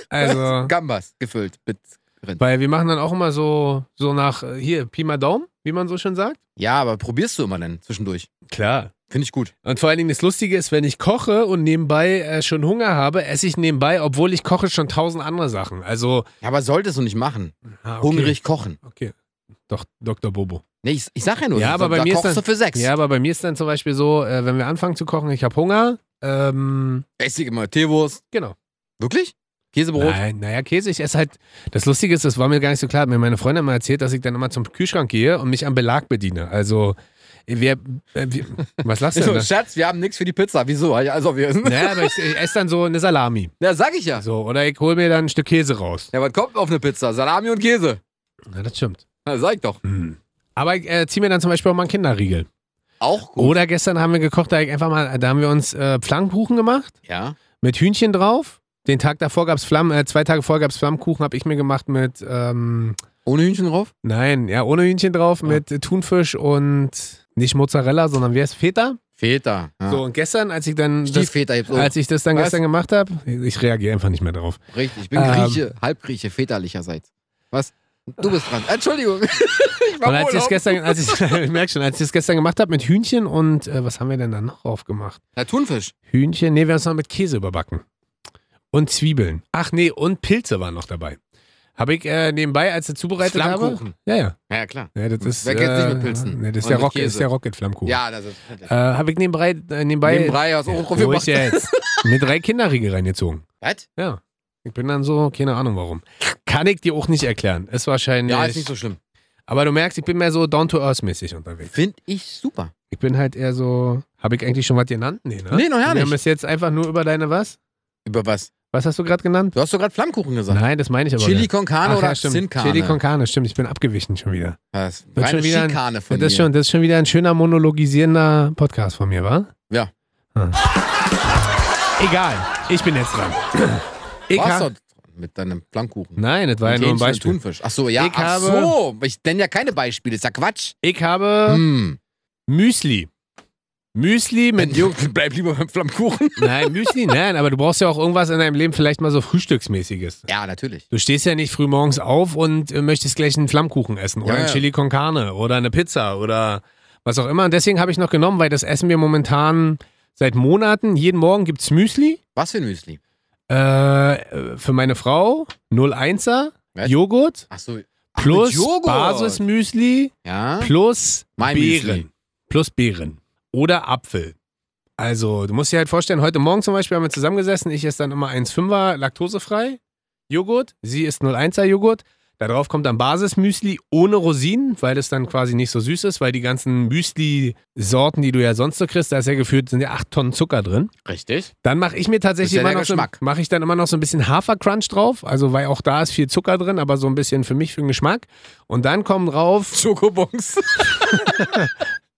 Speaker 2: Also,
Speaker 1: Gambas gefüllt mit Rind.
Speaker 2: weil wir machen dann auch immer so, so nach, äh, hier, Pi mal Daumen, wie man so schön sagt.
Speaker 1: Ja, aber probierst du immer dann zwischendurch.
Speaker 2: Klar.
Speaker 1: Finde ich gut.
Speaker 2: Und vor allen Dingen das Lustige ist, wenn ich koche und nebenbei äh, schon Hunger habe, esse ich nebenbei, obwohl ich koche, schon tausend andere Sachen. Also,
Speaker 1: Ja, aber solltest du nicht machen.
Speaker 2: ah, okay.
Speaker 1: Hungrig kochen.
Speaker 2: Okay. Doch, Dr. Bobo.
Speaker 1: Nee, ich, ich sag ja nur,
Speaker 2: Ja,
Speaker 1: so-
Speaker 2: aber bei
Speaker 1: da
Speaker 2: mir ist
Speaker 1: kochst
Speaker 2: dann-
Speaker 1: du für sechs.
Speaker 2: Ja, aber bei mir ist dann zum Beispiel so, äh, wenn wir anfangen zu kochen, ich habe Hunger, ähm,
Speaker 1: Essig immer Teewurst.
Speaker 2: genau.
Speaker 1: Wirklich? Käsebrot?
Speaker 2: Nein, naja, Käse, ich esse halt. Das Lustige ist, das war mir gar nicht so klar. Hat mir meine Freundin mal erzählt, dass ich dann immer zum Kühlschrank gehe und mich am Belag bediene. Also, wir. Äh, wir was lachst du denn?
Speaker 1: So,
Speaker 2: da?
Speaker 1: Also, Schatz, wir haben nichts für die Pizza. Wieso? Also wir essen.
Speaker 2: Naja, aber ich, ich esse dann so eine Salami.
Speaker 1: Ja, sag ich ja.
Speaker 2: So, oder ich hole mir dann ein Stück Käse raus.
Speaker 1: Ja, was kommt auf eine Pizza? Salami und Käse.
Speaker 2: Na, das stimmt.
Speaker 1: Na, sag ich doch.
Speaker 2: Hm. Aber ich äh, ziehe mir dann zum Beispiel auch mal einen Kinderriegel.
Speaker 1: Auch gut.
Speaker 2: Oder gestern haben wir gekocht, da ich einfach mal, da haben wir uns äh, Pflannkuchen gemacht.
Speaker 1: Ja.
Speaker 2: mit Hühnchen drauf. Den Tag davor gab es Flammen, äh, zwei Tage vorher gab es Flammkuchen, habe ich mir gemacht mit, ähm,
Speaker 1: Ohne Hühnchen drauf?
Speaker 2: nein, ja, ohne Hühnchen drauf,
Speaker 1: Ja.
Speaker 2: mit äh, Thunfisch und nicht Mozzarella, sondern wie heißt Feta?
Speaker 1: Feta. Ja.
Speaker 2: So, und gestern, als ich dann das,
Speaker 1: Stieffeta gibt's auch.
Speaker 2: als ich das dann
Speaker 1: Ah. Was?
Speaker 2: gestern gemacht habe, ich reagiere einfach nicht mehr drauf.
Speaker 1: Richtig. Ich bin
Speaker 2: Ähm.
Speaker 1: Grieche, Halbgrieche, väterlicherseits. Was? Du bist dran. Entschuldigung. ich
Speaker 2: Und als ich
Speaker 1: Urlaub.
Speaker 2: das gestern, als ich, ich merk schon, als ich das gestern gemacht habe mit Hühnchen und, äh, was haben wir denn dann noch drauf gemacht?
Speaker 1: Na, Thunfisch.
Speaker 2: Hühnchen, nee, wir haben es noch mit Käse überbacken. Und Zwiebeln. Ach nee, und Pilze waren noch dabei. Habe ich äh, nebenbei, als ich zubereitet habe.
Speaker 1: Flammkuchen.
Speaker 2: Ja, ja.
Speaker 1: Ja, ja, klar.
Speaker 2: Ja, das ist,
Speaker 1: Wer kennt's nicht
Speaker 2: äh,
Speaker 1: mit Pilzen?
Speaker 2: Nee, das ist
Speaker 1: Und
Speaker 2: der,
Speaker 1: mit
Speaker 2: Rock,
Speaker 1: Käse.
Speaker 2: ist der Rocket Flammkuchen.
Speaker 1: Ja, das ist.
Speaker 2: Äh, Habe ich nebenbei, äh, nebenbei,
Speaker 1: Neben Brei aus Ohrenprof
Speaker 2: wo ich
Speaker 1: gemacht.
Speaker 2: jetzt, mir drei Kinderriegel reingezogen.
Speaker 1: Was?
Speaker 2: Ja. Ich bin dann so, keine Ahnung warum. Kann ich dir auch nicht erklären. Ist wahrscheinlich.
Speaker 1: Ja, ist nicht so schlimm.
Speaker 2: aber du merkst, ich bin mehr so down-to-earth-mäßig unterwegs.
Speaker 1: Find ich super.
Speaker 2: Ich bin halt eher so. Habe ich eigentlich schon was genannt? Nee, ne?
Speaker 1: Nee, noch gar
Speaker 2: Wir haben
Speaker 1: nicht.
Speaker 2: es jetzt einfach nur über deine was?
Speaker 1: Über was?
Speaker 2: Was hast du gerade genannt?
Speaker 1: Du hast doch gerade Flammkuchen gesagt.
Speaker 2: Nein, das meine ich aber.
Speaker 1: Chili
Speaker 2: nicht.
Speaker 1: con carne
Speaker 2: Ach
Speaker 1: oder
Speaker 2: ja,
Speaker 1: Sin
Speaker 2: stimmt.
Speaker 1: Carne?
Speaker 2: Chili con Carne, stimmt. Ich bin abgewichen schon wieder.
Speaker 1: Das ist
Speaker 2: Wird
Speaker 1: reine
Speaker 2: schon wieder ein-
Speaker 1: Schikane
Speaker 2: Ja,
Speaker 1: von
Speaker 2: das, ist
Speaker 1: mir.
Speaker 2: schon, das ist schon wieder ein schöner monologisierender Podcast von mir, wa?
Speaker 1: Ja.
Speaker 2: Ah. Egal, ich bin jetzt dran. Ich
Speaker 1: Warst
Speaker 2: hab,
Speaker 1: du mit deinem Flammkuchen?
Speaker 2: nein, das war ja nur ein
Speaker 1: Hähnchen und
Speaker 2: Beispiel.
Speaker 1: Thunfisch. Ach so, ja,
Speaker 2: Ich
Speaker 1: ach
Speaker 2: habe-
Speaker 1: so. Ich nenne ja keine Beispiele, ist ja Quatsch.
Speaker 2: Ich habe
Speaker 1: Hm.
Speaker 2: Müsli. Müsli mit.
Speaker 1: Jungen, bleib lieber beim Flammkuchen.
Speaker 2: nein, Müsli, nein, aber du brauchst ja auch irgendwas in deinem Leben, vielleicht mal so Frühstücksmäßiges.
Speaker 1: Ja, natürlich.
Speaker 2: Du stehst ja nicht früh morgens auf und äh, möchtest gleich einen Flammkuchen essen oder
Speaker 1: Ja,
Speaker 2: einen
Speaker 1: ja.
Speaker 2: Chili con Carne oder eine Pizza oder. was auch immer. Und deswegen habe ich noch genommen, weil das essen wir momentan seit Monaten. Jeden Morgen gibt es Müsli.
Speaker 1: Was für ein Müsli?
Speaker 2: Äh, für meine Frau 01er,
Speaker 1: Was?
Speaker 2: Joghurt,
Speaker 1: Achso.
Speaker 2: plus Basismüsli,
Speaker 1: Ja.
Speaker 2: plus
Speaker 1: Mein
Speaker 2: Beeren.
Speaker 1: Müsli.
Speaker 2: Plus Beeren. Oder Apfel. Also, du musst dir halt vorstellen, heute Morgen zum Beispiel haben wir zusammengesessen. Ich esse dann immer 1,5er laktosefrei Joghurt. Sie isst 0,1er Joghurt. Darauf kommt dann Basismüsli ohne Rosinen, weil das dann quasi nicht so süß ist, weil die ganzen Müsli-Sorten, die du ja sonst so kriegst, da ist ja gefühlt, sind ja 8 Tonnen Zucker drin.
Speaker 1: Richtig.
Speaker 2: Dann mache ich mir
Speaker 1: Das
Speaker 2: tatsächlich
Speaker 1: ist ja
Speaker 2: immer noch
Speaker 1: der
Speaker 2: so,
Speaker 1: Geschmack.
Speaker 2: mache ich dann immer noch so ein bisschen Hafercrunch drauf, also weil auch da ist viel Zucker drin, aber so ein bisschen für mich für den Geschmack. Und dann kommen drauf.
Speaker 1: Schokobons.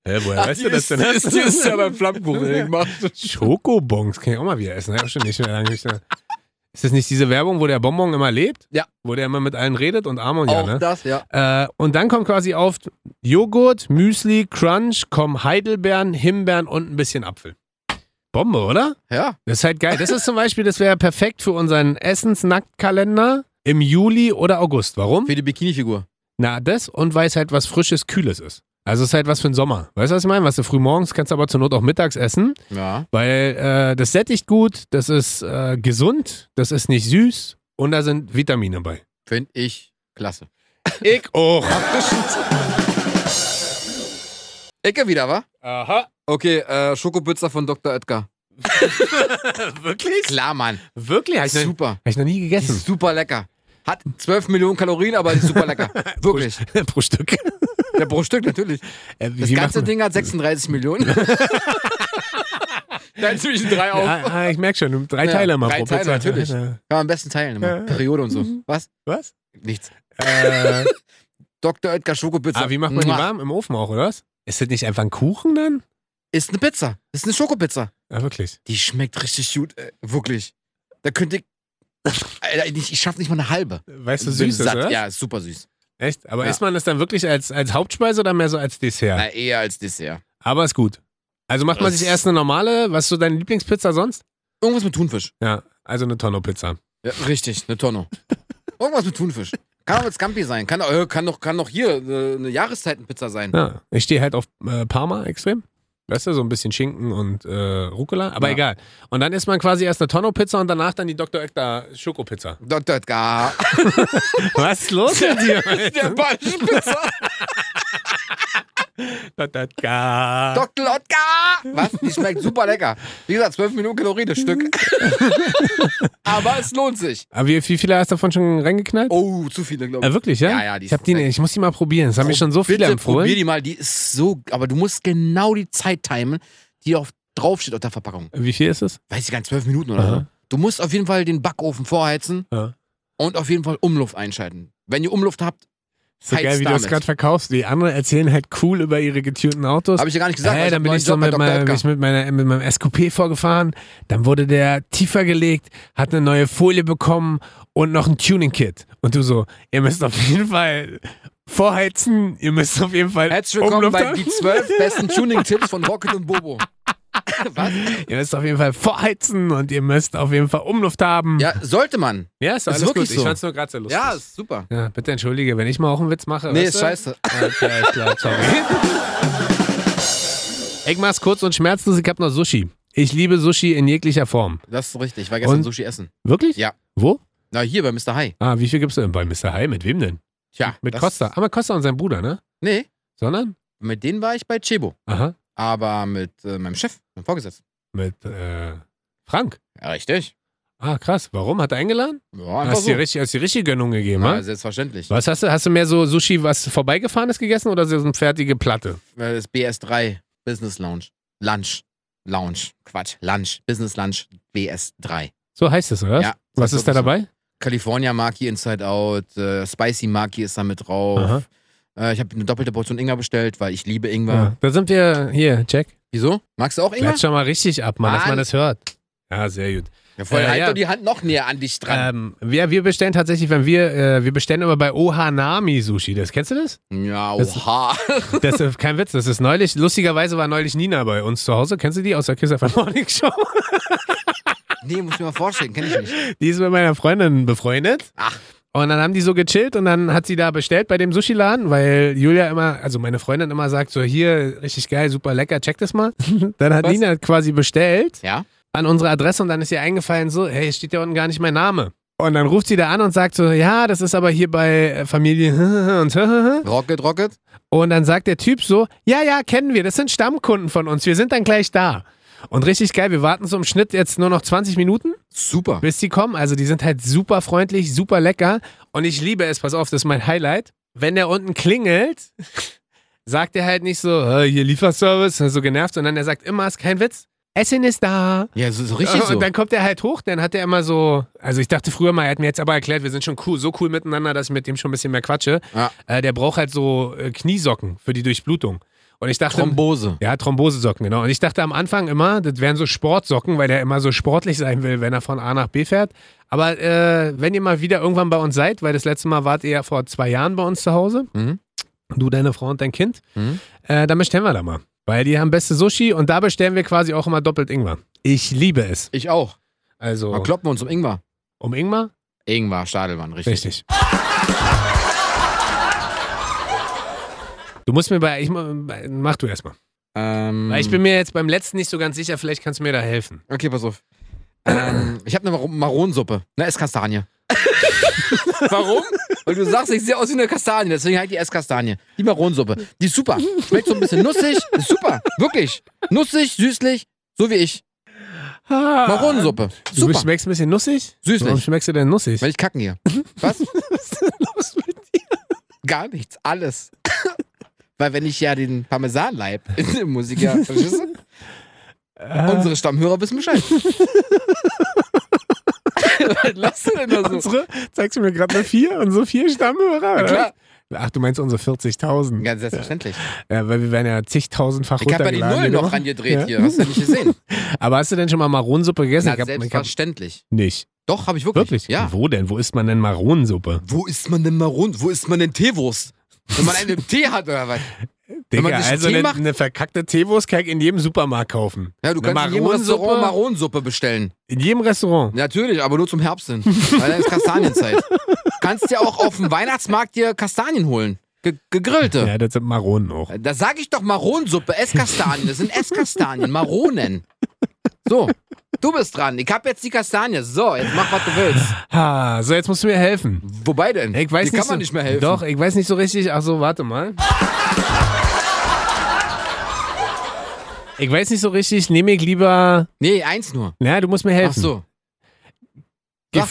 Speaker 2: Hä, woher weißt du das denn?
Speaker 1: Ist, ist ja beim Flammkuchen gemacht.
Speaker 2: Schokobons kann ich auch mal wieder essen. Hab ich schon nicht mehr lange nicht mehr. Ist das nicht diese Werbung, wo der Bonbon immer lebt?
Speaker 1: Ja.
Speaker 2: Wo der immer mit allen redet und Arm und ja,
Speaker 1: Auch
Speaker 2: ne?
Speaker 1: das, ja.
Speaker 2: Äh, und dann kommt quasi auf Joghurt, Müsli, Crunch, kommen Heidelbeeren, Himbeeren und ein bisschen Apfel. Bombe, oder?
Speaker 1: Ja.
Speaker 2: Das ist halt geil. Das ist zum Beispiel, das wäre perfekt für unseren Essensnacktkalender im Juli oder August. Warum?
Speaker 1: Für die Bikini-Figur.
Speaker 2: Na, das und weil es halt was Frisches, Kühles ist. Also es ist halt was für den Sommer. Weißt du, was ich meine? Was du früh morgens kannst, aber zur Not auch mittags essen,
Speaker 1: Ja.
Speaker 2: weil äh, das sättigt gut, das ist äh, gesund, das ist nicht süß und da sind Vitamine bei.
Speaker 1: Finde ich klasse.
Speaker 2: Ich auch.
Speaker 1: Ecke wieder, wa?
Speaker 2: Aha.
Speaker 1: Okay, äh, Schokopizza von Dr. Edgar.
Speaker 2: Wirklich?
Speaker 1: Klar, Mann.
Speaker 2: Wirklich? Habe ich, noch-
Speaker 1: Super.
Speaker 2: hab ich noch nie
Speaker 1: Die
Speaker 2: gegessen.
Speaker 1: ist super lecker. Hat 12 Millionen Kalorien, aber die ist super lecker. Wirklich.
Speaker 2: Pro Stück.
Speaker 1: Der pro Stück natürlich.
Speaker 2: Äh, wie-
Speaker 1: Das
Speaker 2: wie macht
Speaker 1: ganze
Speaker 2: man-
Speaker 1: Ding hat 36 Millionen. Dann zwischen drei auf.
Speaker 2: Ah, ah, ich merke schon, du- drei
Speaker 1: Ja,
Speaker 2: Teile mal
Speaker 1: drei
Speaker 2: pro
Speaker 1: Teile,
Speaker 2: Pizza.
Speaker 1: natürlich. Kann man am besten teilen. Immer.
Speaker 2: Ja. Mhm.
Speaker 1: Periode und so. Was?
Speaker 2: Was?
Speaker 1: Nichts.
Speaker 2: Äh,
Speaker 1: Dr. Oetker Schokopizza.
Speaker 2: ah, wie macht man die
Speaker 1: Mua.
Speaker 2: warm? Im Ofen auch, oder was? Ist das nicht einfach ein Kuchen dann?
Speaker 1: Ist eine Pizza. Ist eine Schokopizza.
Speaker 2: Ah, wirklich.
Speaker 1: Die schmeckt richtig gut. Äh, wirklich. Da könnte ich. Alter, ich ich schaffe nicht mal eine halbe.
Speaker 2: Weißt du,
Speaker 1: Bin
Speaker 2: süß ist,
Speaker 1: satt.
Speaker 2: oder?
Speaker 1: Ja, ist super süß.
Speaker 2: Echt? Aber
Speaker 1: Ja.
Speaker 2: isst man das dann wirklich als, als Hauptspeise oder mehr so als Dessert?
Speaker 1: Na, eher als Dessert.
Speaker 2: Aber ist gut. Also macht man
Speaker 1: Das-
Speaker 2: sich erst eine normale, was ist so deine Lieblingspizza sonst?
Speaker 1: Irgendwas mit Thunfisch.
Speaker 2: Ja, also eine Tonno-Pizza.
Speaker 1: Ja, richtig, eine Tonne. Irgendwas mit Thunfisch. Kann auch mit Scampi sein. Kann, äh, kann, doch, kann doch hier äh, eine Jahreszeitenpizza sein.
Speaker 2: Ja, ich stehe halt auf äh, Parma extrem. Weißt du, so ein bisschen Schinken und äh, Rucola, aber
Speaker 1: Ja.
Speaker 2: egal. Und dann isst man quasi erst eine Tonno-Pizza und danach dann die Dr. Oetker Schokopizza.
Speaker 1: Dr. Edgar.
Speaker 2: Was ist los mit dir? Alter?
Speaker 1: falschen Pizza.
Speaker 2: Dr. Oetker.
Speaker 1: Dr. Oetker. Was? Die schmeckt super lecker. Wie gesagt, 12 Millionen Kalorien das Stück. Aber es lohnt sich.
Speaker 2: Aber wie, wie viele hast du davon schon reingeknallt?
Speaker 1: Oh, zu viele, glaube
Speaker 2: Äh,
Speaker 1: ich.
Speaker 2: wirklich, ja?
Speaker 1: Ja, ja, die
Speaker 2: ich, hab die,
Speaker 1: ist-
Speaker 2: ich muss die mal probieren. Das haben mir schon so viele
Speaker 1: Bitte
Speaker 2: empfohlen.
Speaker 1: probier die mal. Die ist so... Aber du musst genau die Zeit timen, die auf, draufsteht auf der Verpackung.
Speaker 2: Wie viel ist es?
Speaker 1: Weiß ich gar nicht, 12 Minuten oder
Speaker 2: Aha.
Speaker 1: so. Du musst auf jeden Fall den Backofen vorheizen
Speaker 2: Ja.
Speaker 1: und auf jeden Fall Umluft einschalten. Wenn ihr Umluft habt,
Speaker 2: So
Speaker 1: Heiz
Speaker 2: geil, wie du das
Speaker 1: damit.
Speaker 2: gerade verkaufst. Die anderen erzählen halt cool über ihre getunten Autos.
Speaker 1: Habe ich ja gar nicht gesagt. weil
Speaker 2: Hey,
Speaker 1: ich
Speaker 2: dann
Speaker 1: hab
Speaker 2: bin
Speaker 1: neuen
Speaker 2: ich so
Speaker 1: Job bei
Speaker 2: mit,
Speaker 1: Dr.
Speaker 2: meiner, bin
Speaker 1: Oetker.
Speaker 2: ich mit, meiner, mit meinem SQP vorgefahren, dann wurde der tiefer gelegt, hat eine neue Folie bekommen und noch ein Tuning-Kit. Und du so, ihr müsst auf jeden Fall vorheizen, ihr müsst auf jeden Fall
Speaker 1: Herzlich willkommen
Speaker 2: Umluft
Speaker 1: bei
Speaker 2: haben.
Speaker 1: die zwölf besten Tuning-Tipps von Rocket und Bobo. Was?
Speaker 2: Ihr müsst auf jeden Fall vorheizen und ihr müsst auf jeden Fall Umluft haben.
Speaker 1: Ja, sollte man.
Speaker 2: Ja, ist
Speaker 1: Ist
Speaker 2: alles
Speaker 1: wirklich
Speaker 2: gut. Ich
Speaker 1: so.
Speaker 2: fand's nur gerade sehr lustig.
Speaker 1: Ja, ist super.
Speaker 2: Ja, bitte entschuldige, wenn ich mal auch einen Witz mache.
Speaker 1: Nee, ist
Speaker 2: weißt du?
Speaker 1: scheiße.
Speaker 2: Ja, klar, klar, sorry. Ich mach's kurz und schmerzlos, ich hab noch Sushi. Ich liebe Sushi in jeglicher Form.
Speaker 1: Das ist richtig. Ich war gestern
Speaker 2: Und?
Speaker 1: Sushi essen.
Speaker 2: Wirklich?
Speaker 1: Ja.
Speaker 2: Wo?
Speaker 1: Na, hier bei Mr. High.
Speaker 2: Ah, wie viel gibst du denn bei Mr. High? Mit wem denn?
Speaker 1: Tja.
Speaker 2: Mit
Speaker 1: das-
Speaker 2: Costa. Aber Costa und sein Bruder, ne?
Speaker 1: Nee,
Speaker 2: Sondern?
Speaker 1: mit denen war ich bei Chebo.
Speaker 2: Aha.
Speaker 1: Aber mit äh, meinem Chef, meinem Vorgesetzten.
Speaker 2: Mit äh, Frank.
Speaker 1: Ja, richtig.
Speaker 2: Ah, krass. Warum? Hat er eingeladen?
Speaker 1: Ja, einfach
Speaker 2: Hast
Speaker 1: so.
Speaker 2: dir richtig, ne? hast dir richtig Gönnung gegeben,
Speaker 1: Ja, also-
Speaker 2: ha?
Speaker 1: selbstverständlich.
Speaker 2: Was hast du? Hast du mehr so Sushi, was vorbeigefahren ist, gegessen oder so eine fertige Platte?
Speaker 1: Äh, Das BS3 Business Lounge. Lunch. Lounge. Quatsch. Lunch. Business Lunch BS3.
Speaker 2: So heißt es, oder?
Speaker 1: Ja,
Speaker 2: Was
Speaker 1: das
Speaker 2: ist da
Speaker 1: ist so.
Speaker 2: dabei?
Speaker 1: California Maki Inside Out, äh, Spicy Maki ist da mit drauf. Äh, ich habe eine doppelte Portion Ingwer bestellt, weil ich liebe Ingwer.
Speaker 2: Ja. Da sind wir hier, Jack.
Speaker 1: Wieso? Magst du auch Ingwer?
Speaker 2: Klatsch schon mal richtig ab, Mann, dass
Speaker 1: Mann.
Speaker 2: man das hört. Ja, sehr gut.
Speaker 1: Ja, voll,
Speaker 2: Äh,
Speaker 1: halt
Speaker 2: ja.
Speaker 1: doch die Hand noch näher an dich dran.
Speaker 2: Ähm, wir, wir bestellen tatsächlich, wenn wir, äh, wir bestellen immer bei Ohanami Sushi. Das kennst du das?
Speaker 1: ja,
Speaker 2: Ähm, das-
Speaker 1: oha.
Speaker 2: Das ist kein Witz. Das ist neulich, lustigerweise war neulich Nina bei uns zu Hause. Kennst du die aus der Kiss FM Morning Show?
Speaker 1: nee, muss ich mir mal vorstellen, kenn ich nicht.
Speaker 2: Die ist mit meiner Freundin befreundet.
Speaker 1: Ach.
Speaker 2: Und dann haben die so gechillt und dann hat sie da bestellt bei dem Sushi-Laden, weil Julia immer, also meine Freundin immer sagt, so hier, richtig geil, super lecker, check das mal. Dann hat
Speaker 1: Was?
Speaker 2: Nina quasi bestellt
Speaker 1: Ja?
Speaker 2: an unsere Adresse und dann ist ihr eingefallen, so, hey, steht ja unten gar nicht mein Name. Und dann ruft sie da an und sagt so, ja, das ist aber hier bei äh, Familie und
Speaker 1: Rocket, Rocket?
Speaker 2: und dann sagt der Typ so, ja, ja, kennen wir, das sind Stammkunden von uns, wir sind dann gleich da. Und richtig geil, wir warten so im Schnitt jetzt nur noch 20 Minuten,
Speaker 1: Super.
Speaker 2: bis die kommen. Also die sind halt super freundlich, super lecker und ich liebe es, pass auf, das ist mein Highlight. Wenn der unten klingelt, sagt er halt nicht so, äh, hier Lieferservice, so genervt, sondern er sagt immer, ist kein Witz, Essen ist da.
Speaker 1: Ja, so, so richtig so.
Speaker 2: Und dann kommt er halt hoch, dann hat er immer so, also ich dachte früher mal, er hat mir jetzt aber erklärt, wir sind schon cool, so cool miteinander, dass ich mit dem schon ein bisschen mehr quatsche.
Speaker 1: Ja.
Speaker 2: Äh, der braucht halt so äh, Kniesocken für die Durchblutung. Und ich dachte,
Speaker 1: Thrombose.
Speaker 2: ja, Thrombosesocken, genau. Und ich dachte am Anfang immer, das wären so Sportsocken, weil der immer so sportlich sein will, wenn er von A nach B fährt. Aber äh, wenn ihr mal wieder irgendwann bei uns seid, weil das letzte Mal wart ihr ja vor zwei Jahren bei uns zu Hause,
Speaker 1: Mhm.
Speaker 2: du, deine Frau und dein Kind,
Speaker 1: Mhm.
Speaker 2: äh, dann bestellen wir da mal. Weil die haben beste Sushi und da bestellen wir quasi auch immer doppelt Ingwer. Ich liebe es.
Speaker 1: Ich auch.
Speaker 2: Also
Speaker 1: Mal kloppen wir uns um Ingwer.
Speaker 2: um Ingmar?
Speaker 1: Ingwer, Stadelmann, richtig.
Speaker 2: Richtig. Du musst mir bei, ich, ma- mach du erstmal.
Speaker 1: Ähm,
Speaker 2: Weil ich bin mir jetzt beim letzten nicht so ganz sicher, vielleicht kannst du mir da helfen.
Speaker 1: Okay, pass auf. Ähm, ich habe eine Mar Maronensuppe. Ne, Esskastanie. Warum? Weil du sagst, ich sehe aus wie eine Kastanie, deswegen halt die Esskastanie. Die Maronensuppe. Die ist super. Schmeckt so ein bisschen nussig. Ist super. Wirklich. Nussig, süßlich, so wie ich. Maronensuppe.
Speaker 2: Ah. Du
Speaker 1: Super.
Speaker 2: schmeckst ein bisschen nussig?
Speaker 1: Süßlich.
Speaker 2: Warum schmeckst du denn nussig?
Speaker 1: Weil ich kacken hier. Was?
Speaker 2: Was ist denn los mit dir?
Speaker 1: Gar nichts. Alles. Weil wenn ich ja den Parmesanleib in dem Musiker verschisse, unsere Stammhörer wissen Bescheid. Was lachst du denn da so?
Speaker 2: Unsere, zeigst du mir gerade eine 4, unsere 4 Stammhörer?
Speaker 1: Ja,
Speaker 2: oder?
Speaker 1: klar.
Speaker 2: Ach, du meinst unsere 40.000?
Speaker 1: Ganz selbstverständlich.
Speaker 2: Ja, weil wir werden ja zigtausendfach
Speaker 1: Ich habe ja die
Speaker 2: runtergeladen.
Speaker 1: Null
Speaker 2: jede
Speaker 1: noch
Speaker 2: Woche.
Speaker 1: angedreht
Speaker 2: Ja.
Speaker 1: hier. Hast du nicht gesehen?
Speaker 2: Aber hast du denn schon mal Maronensuppe gegessen?
Speaker 1: Na,
Speaker 2: ich hab, ich hab
Speaker 1: selbstverständlich.
Speaker 2: nicht.
Speaker 1: Doch, habe ich wirklich.
Speaker 2: Wirklich?
Speaker 1: Ja.
Speaker 2: Wo denn? Wo isst man denn Maronensuppe?
Speaker 1: Wo ist man denn mal rund? Wo ist man denn Teewurst? Wenn man einen im Tee hat oder was? Wenn
Speaker 2: Digga,
Speaker 1: man sich
Speaker 2: also
Speaker 1: Tee
Speaker 2: eine,
Speaker 1: macht-
Speaker 2: eine verkackte Teewurst kann ich in jedem Supermarkt kaufen.
Speaker 1: Ja, du
Speaker 2: Eine
Speaker 1: kannst in jedem
Speaker 2: Maronensuppe?
Speaker 1: Restaurant Maronensuppe bestellen.
Speaker 2: In jedem Restaurant.
Speaker 1: Natürlich, aber nur zum Herbst hin. Weil dann ist Kastanienzeit. kannst dir auch auf dem Weihnachtsmarkt dir Kastanien holen. Ge gegrillte.
Speaker 2: Ja, das sind Maronen auch.
Speaker 1: Da sage ich doch Maronensuppe, Esskastanien. Das sind Esskastanien, Maronen. So, du bist dran. Ich hab jetzt die Kastanie. So, jetzt mach, was du willst.
Speaker 2: Ha, so, jetzt musst du mir helfen.
Speaker 1: Wobei denn?
Speaker 2: Ich weiß
Speaker 1: die
Speaker 2: nicht
Speaker 1: kann man
Speaker 2: so,
Speaker 1: nicht mehr helfen.
Speaker 2: Doch, ich weiß nicht so richtig. Ach so, warte mal. Ich weiß nicht so richtig, nehme ich lieber.
Speaker 1: Nee, eins nur.
Speaker 2: Na, du musst mir helfen.
Speaker 1: Ach so. Sag.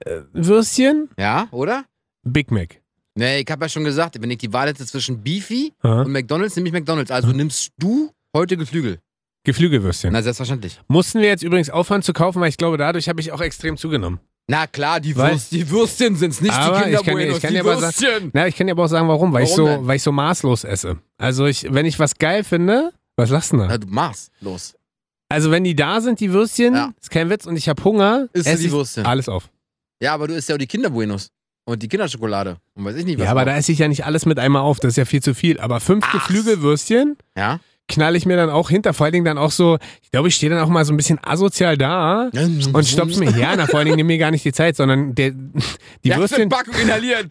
Speaker 2: Geflügelwürstchen,
Speaker 1: Ja, oder?
Speaker 2: Big Mac.
Speaker 1: Nee, ich habe ja schon gesagt, wenn ich die Wahl hätte zwischen Beefy
Speaker 2: Ha?
Speaker 1: und McDonalds, nehme ich McDonalds. Also nimmst du heute Geflügel.
Speaker 2: Geflügelwürstchen.
Speaker 1: Na, selbstverständlich.
Speaker 2: Mussten wir jetzt übrigens aufhören zu kaufen, weil ich glaube, dadurch habe ich auch extrem zugenommen.
Speaker 1: Na klar, die,
Speaker 2: Weil-
Speaker 1: Würst, die Würstchen sind's, nicht
Speaker 2: Aber
Speaker 1: die Kinder
Speaker 2: ich kann-
Speaker 1: Buenos,
Speaker 2: ich kann
Speaker 1: die
Speaker 2: dir aber sagen-
Speaker 1: Würstchen.
Speaker 2: Na, ich kann dir aber auch sagen, warum. Weil,
Speaker 1: Warum
Speaker 2: ich, so,
Speaker 1: denn?
Speaker 2: weil ich so maßlos esse. Also, ich, wenn ich was geil finde, was lachst du denn
Speaker 1: Na,
Speaker 2: da?
Speaker 1: du machst. Los.
Speaker 2: Also, wenn die da sind, die Würstchen,
Speaker 1: Ja.
Speaker 2: ist kein Witz, und ich habe Hunger,
Speaker 1: Isst du
Speaker 2: esse
Speaker 1: die
Speaker 2: ich
Speaker 1: Würstchen?
Speaker 2: alles auf.
Speaker 1: Ja, aber du isst ja auch die Kinder Buenos. Und die Kinderschokolade. Und weiß ich nicht, was.
Speaker 2: Ja, aber
Speaker 1: noch.
Speaker 2: da esse ich ja nicht alles mit einmal auf, das ist ja viel zu viel. Aber fünf
Speaker 1: Ach.
Speaker 2: Geflügelwürstchen
Speaker 1: Ja?
Speaker 2: knall ich mir dann auch hinter, vor allen Dingen dann auch so, ich glaube, ich stehe dann auch mal so ein bisschen asozial da und stopp's mir. Ja, na, vor allen Dingen nehme mir gar nicht die Zeit, sondern der, die
Speaker 1: ja,
Speaker 2: Würstchen,
Speaker 1: Backen inhalieren.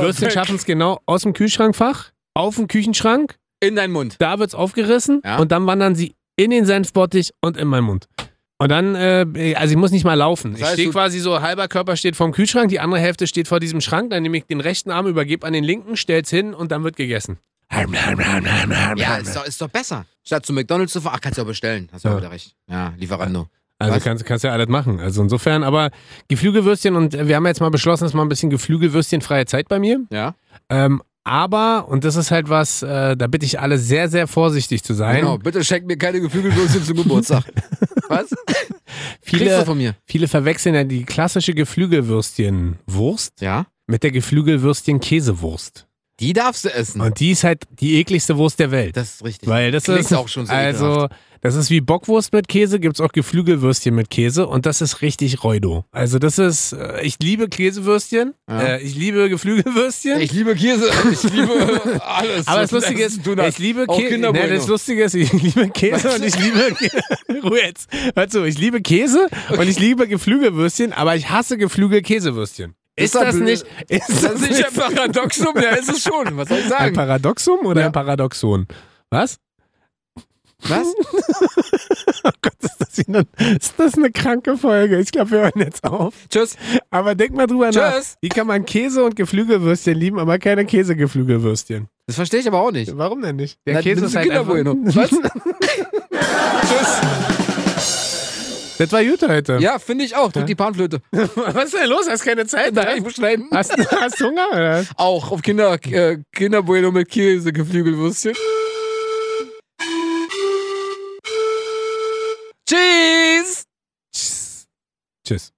Speaker 2: Würstchen schaffen es genau aus dem Kühlschrankfach, auf den Küchenschrank,
Speaker 1: In deinen Mund.
Speaker 2: da wird's aufgerissen
Speaker 1: Ja.
Speaker 2: und dann wandern sie in den Senfbottich und in meinen Mund. Und dann, äh, also ich muss nicht mal laufen.
Speaker 1: Das
Speaker 2: Ich
Speaker 1: heißt,
Speaker 2: stehe
Speaker 1: du-
Speaker 2: quasi so, halber Körper steht vorm Kühlschrank, die andere Hälfte steht vor diesem Schrank, dann nehme ich den rechten Arm, übergebe an den linken, stell's hin und dann wird gegessen.
Speaker 1: Ja, ist doch, ist doch besser. Statt zu McDonalds zu fahren. Ach, kannst du ja bestellen. Hast du
Speaker 2: Ja.
Speaker 1: ja wieder recht. Ja, Lieferando.
Speaker 2: Also
Speaker 1: Was?
Speaker 2: kannst, kannst ja alles machen. Also insofern, aber Geflügelwürstchen und äh, wir haben jetzt mal beschlossen, ist mal ein bisschen Geflügelwürstchen freie Zeit bei mir.
Speaker 1: Ja?
Speaker 2: Ähm, aber, und das ist halt was, äh, da bitte ich alle sehr, sehr vorsichtig zu sein.
Speaker 1: Genau, bitte schenk mir keine Geflügelwürstchen zum Geburtstag. Was? Kriegst du
Speaker 2: Viele,
Speaker 1: von mir?
Speaker 2: viele verwechseln ja die klassische Geflügelwürstchenwurst
Speaker 1: Ja?
Speaker 2: mit der Geflügelwürstchen-Käsewurst.
Speaker 1: Die darfst du essen.
Speaker 2: Und die ist halt die ekligste Wurst der Welt.
Speaker 1: Das ist richtig.
Speaker 2: Weil das
Speaker 1: Klingt
Speaker 2: ist
Speaker 1: auch schon so
Speaker 2: Also,
Speaker 1: ekelhaft.
Speaker 2: das ist wie Bockwurst mit Käse, gibt's auch Geflügelwürstchen mit Käse und das ist richtig Reudo. Also, das ist, äh, ich liebe Käsewürstchen,
Speaker 1: Ja.
Speaker 2: äh, ich liebe Geflügelwürstchen.
Speaker 1: Ich liebe Käse, ich liebe alles.
Speaker 2: aber das
Speaker 1: was
Speaker 2: Lustige
Speaker 1: Essen
Speaker 2: ist,
Speaker 1: tun hat.
Speaker 2: ich liebe
Speaker 1: Auch
Speaker 2: Käse.
Speaker 1: Kinder
Speaker 2: Nee,
Speaker 1: Bueno.
Speaker 2: das Lustige ist, ich liebe Käse
Speaker 1: Weißt
Speaker 2: und
Speaker 1: du?
Speaker 2: ich liebe. Ruhe jetzt. Hör zu, ich liebe Käse und ich liebe Geflügelwürstchen, aber ich hasse Geflügel-Käsewürstchen. Ist das nicht, ist das nicht
Speaker 1: ein Paradoxum? Ja, ist es schon. Was soll ich
Speaker 2: ein
Speaker 1: sagen?
Speaker 2: Paradoxum oder
Speaker 1: Ja.
Speaker 2: ein Paradoxon? Was?
Speaker 1: Was?
Speaker 2: Oh Gott, ist das, hier eine, ist das eine kranke Folge? Ich glaube, wir hören jetzt auf.
Speaker 1: Tschüss.
Speaker 2: Aber denk mal drüber nach.
Speaker 1: Tschüss.
Speaker 2: Wie kann man Käse und Geflügelwürstchen lieben, aber keine Käsegeflügelwürstchen?
Speaker 1: Das verstehe ich aber auch nicht.
Speaker 2: Warum denn nicht? Der
Speaker 1: Na,
Speaker 2: Käse
Speaker 1: nimmst
Speaker 2: ist
Speaker 1: du
Speaker 2: halt
Speaker 1: Kinder
Speaker 2: einfach,
Speaker 1: wohin, oder? Was? Tschüss.
Speaker 2: Das war gut heute.
Speaker 1: Ja, finde ich auch. Drück die Panflöte.
Speaker 2: Was ist denn los? Hast keine Zeit?
Speaker 1: Nein, ich muss schneiden.
Speaker 2: Hast, hast Hunger oder was?
Speaker 1: Auch auf Kinder, äh, Kinderbueno mit Käse, Geflügelwürstchen. Tschüss.
Speaker 2: Tschüss. Tschüss.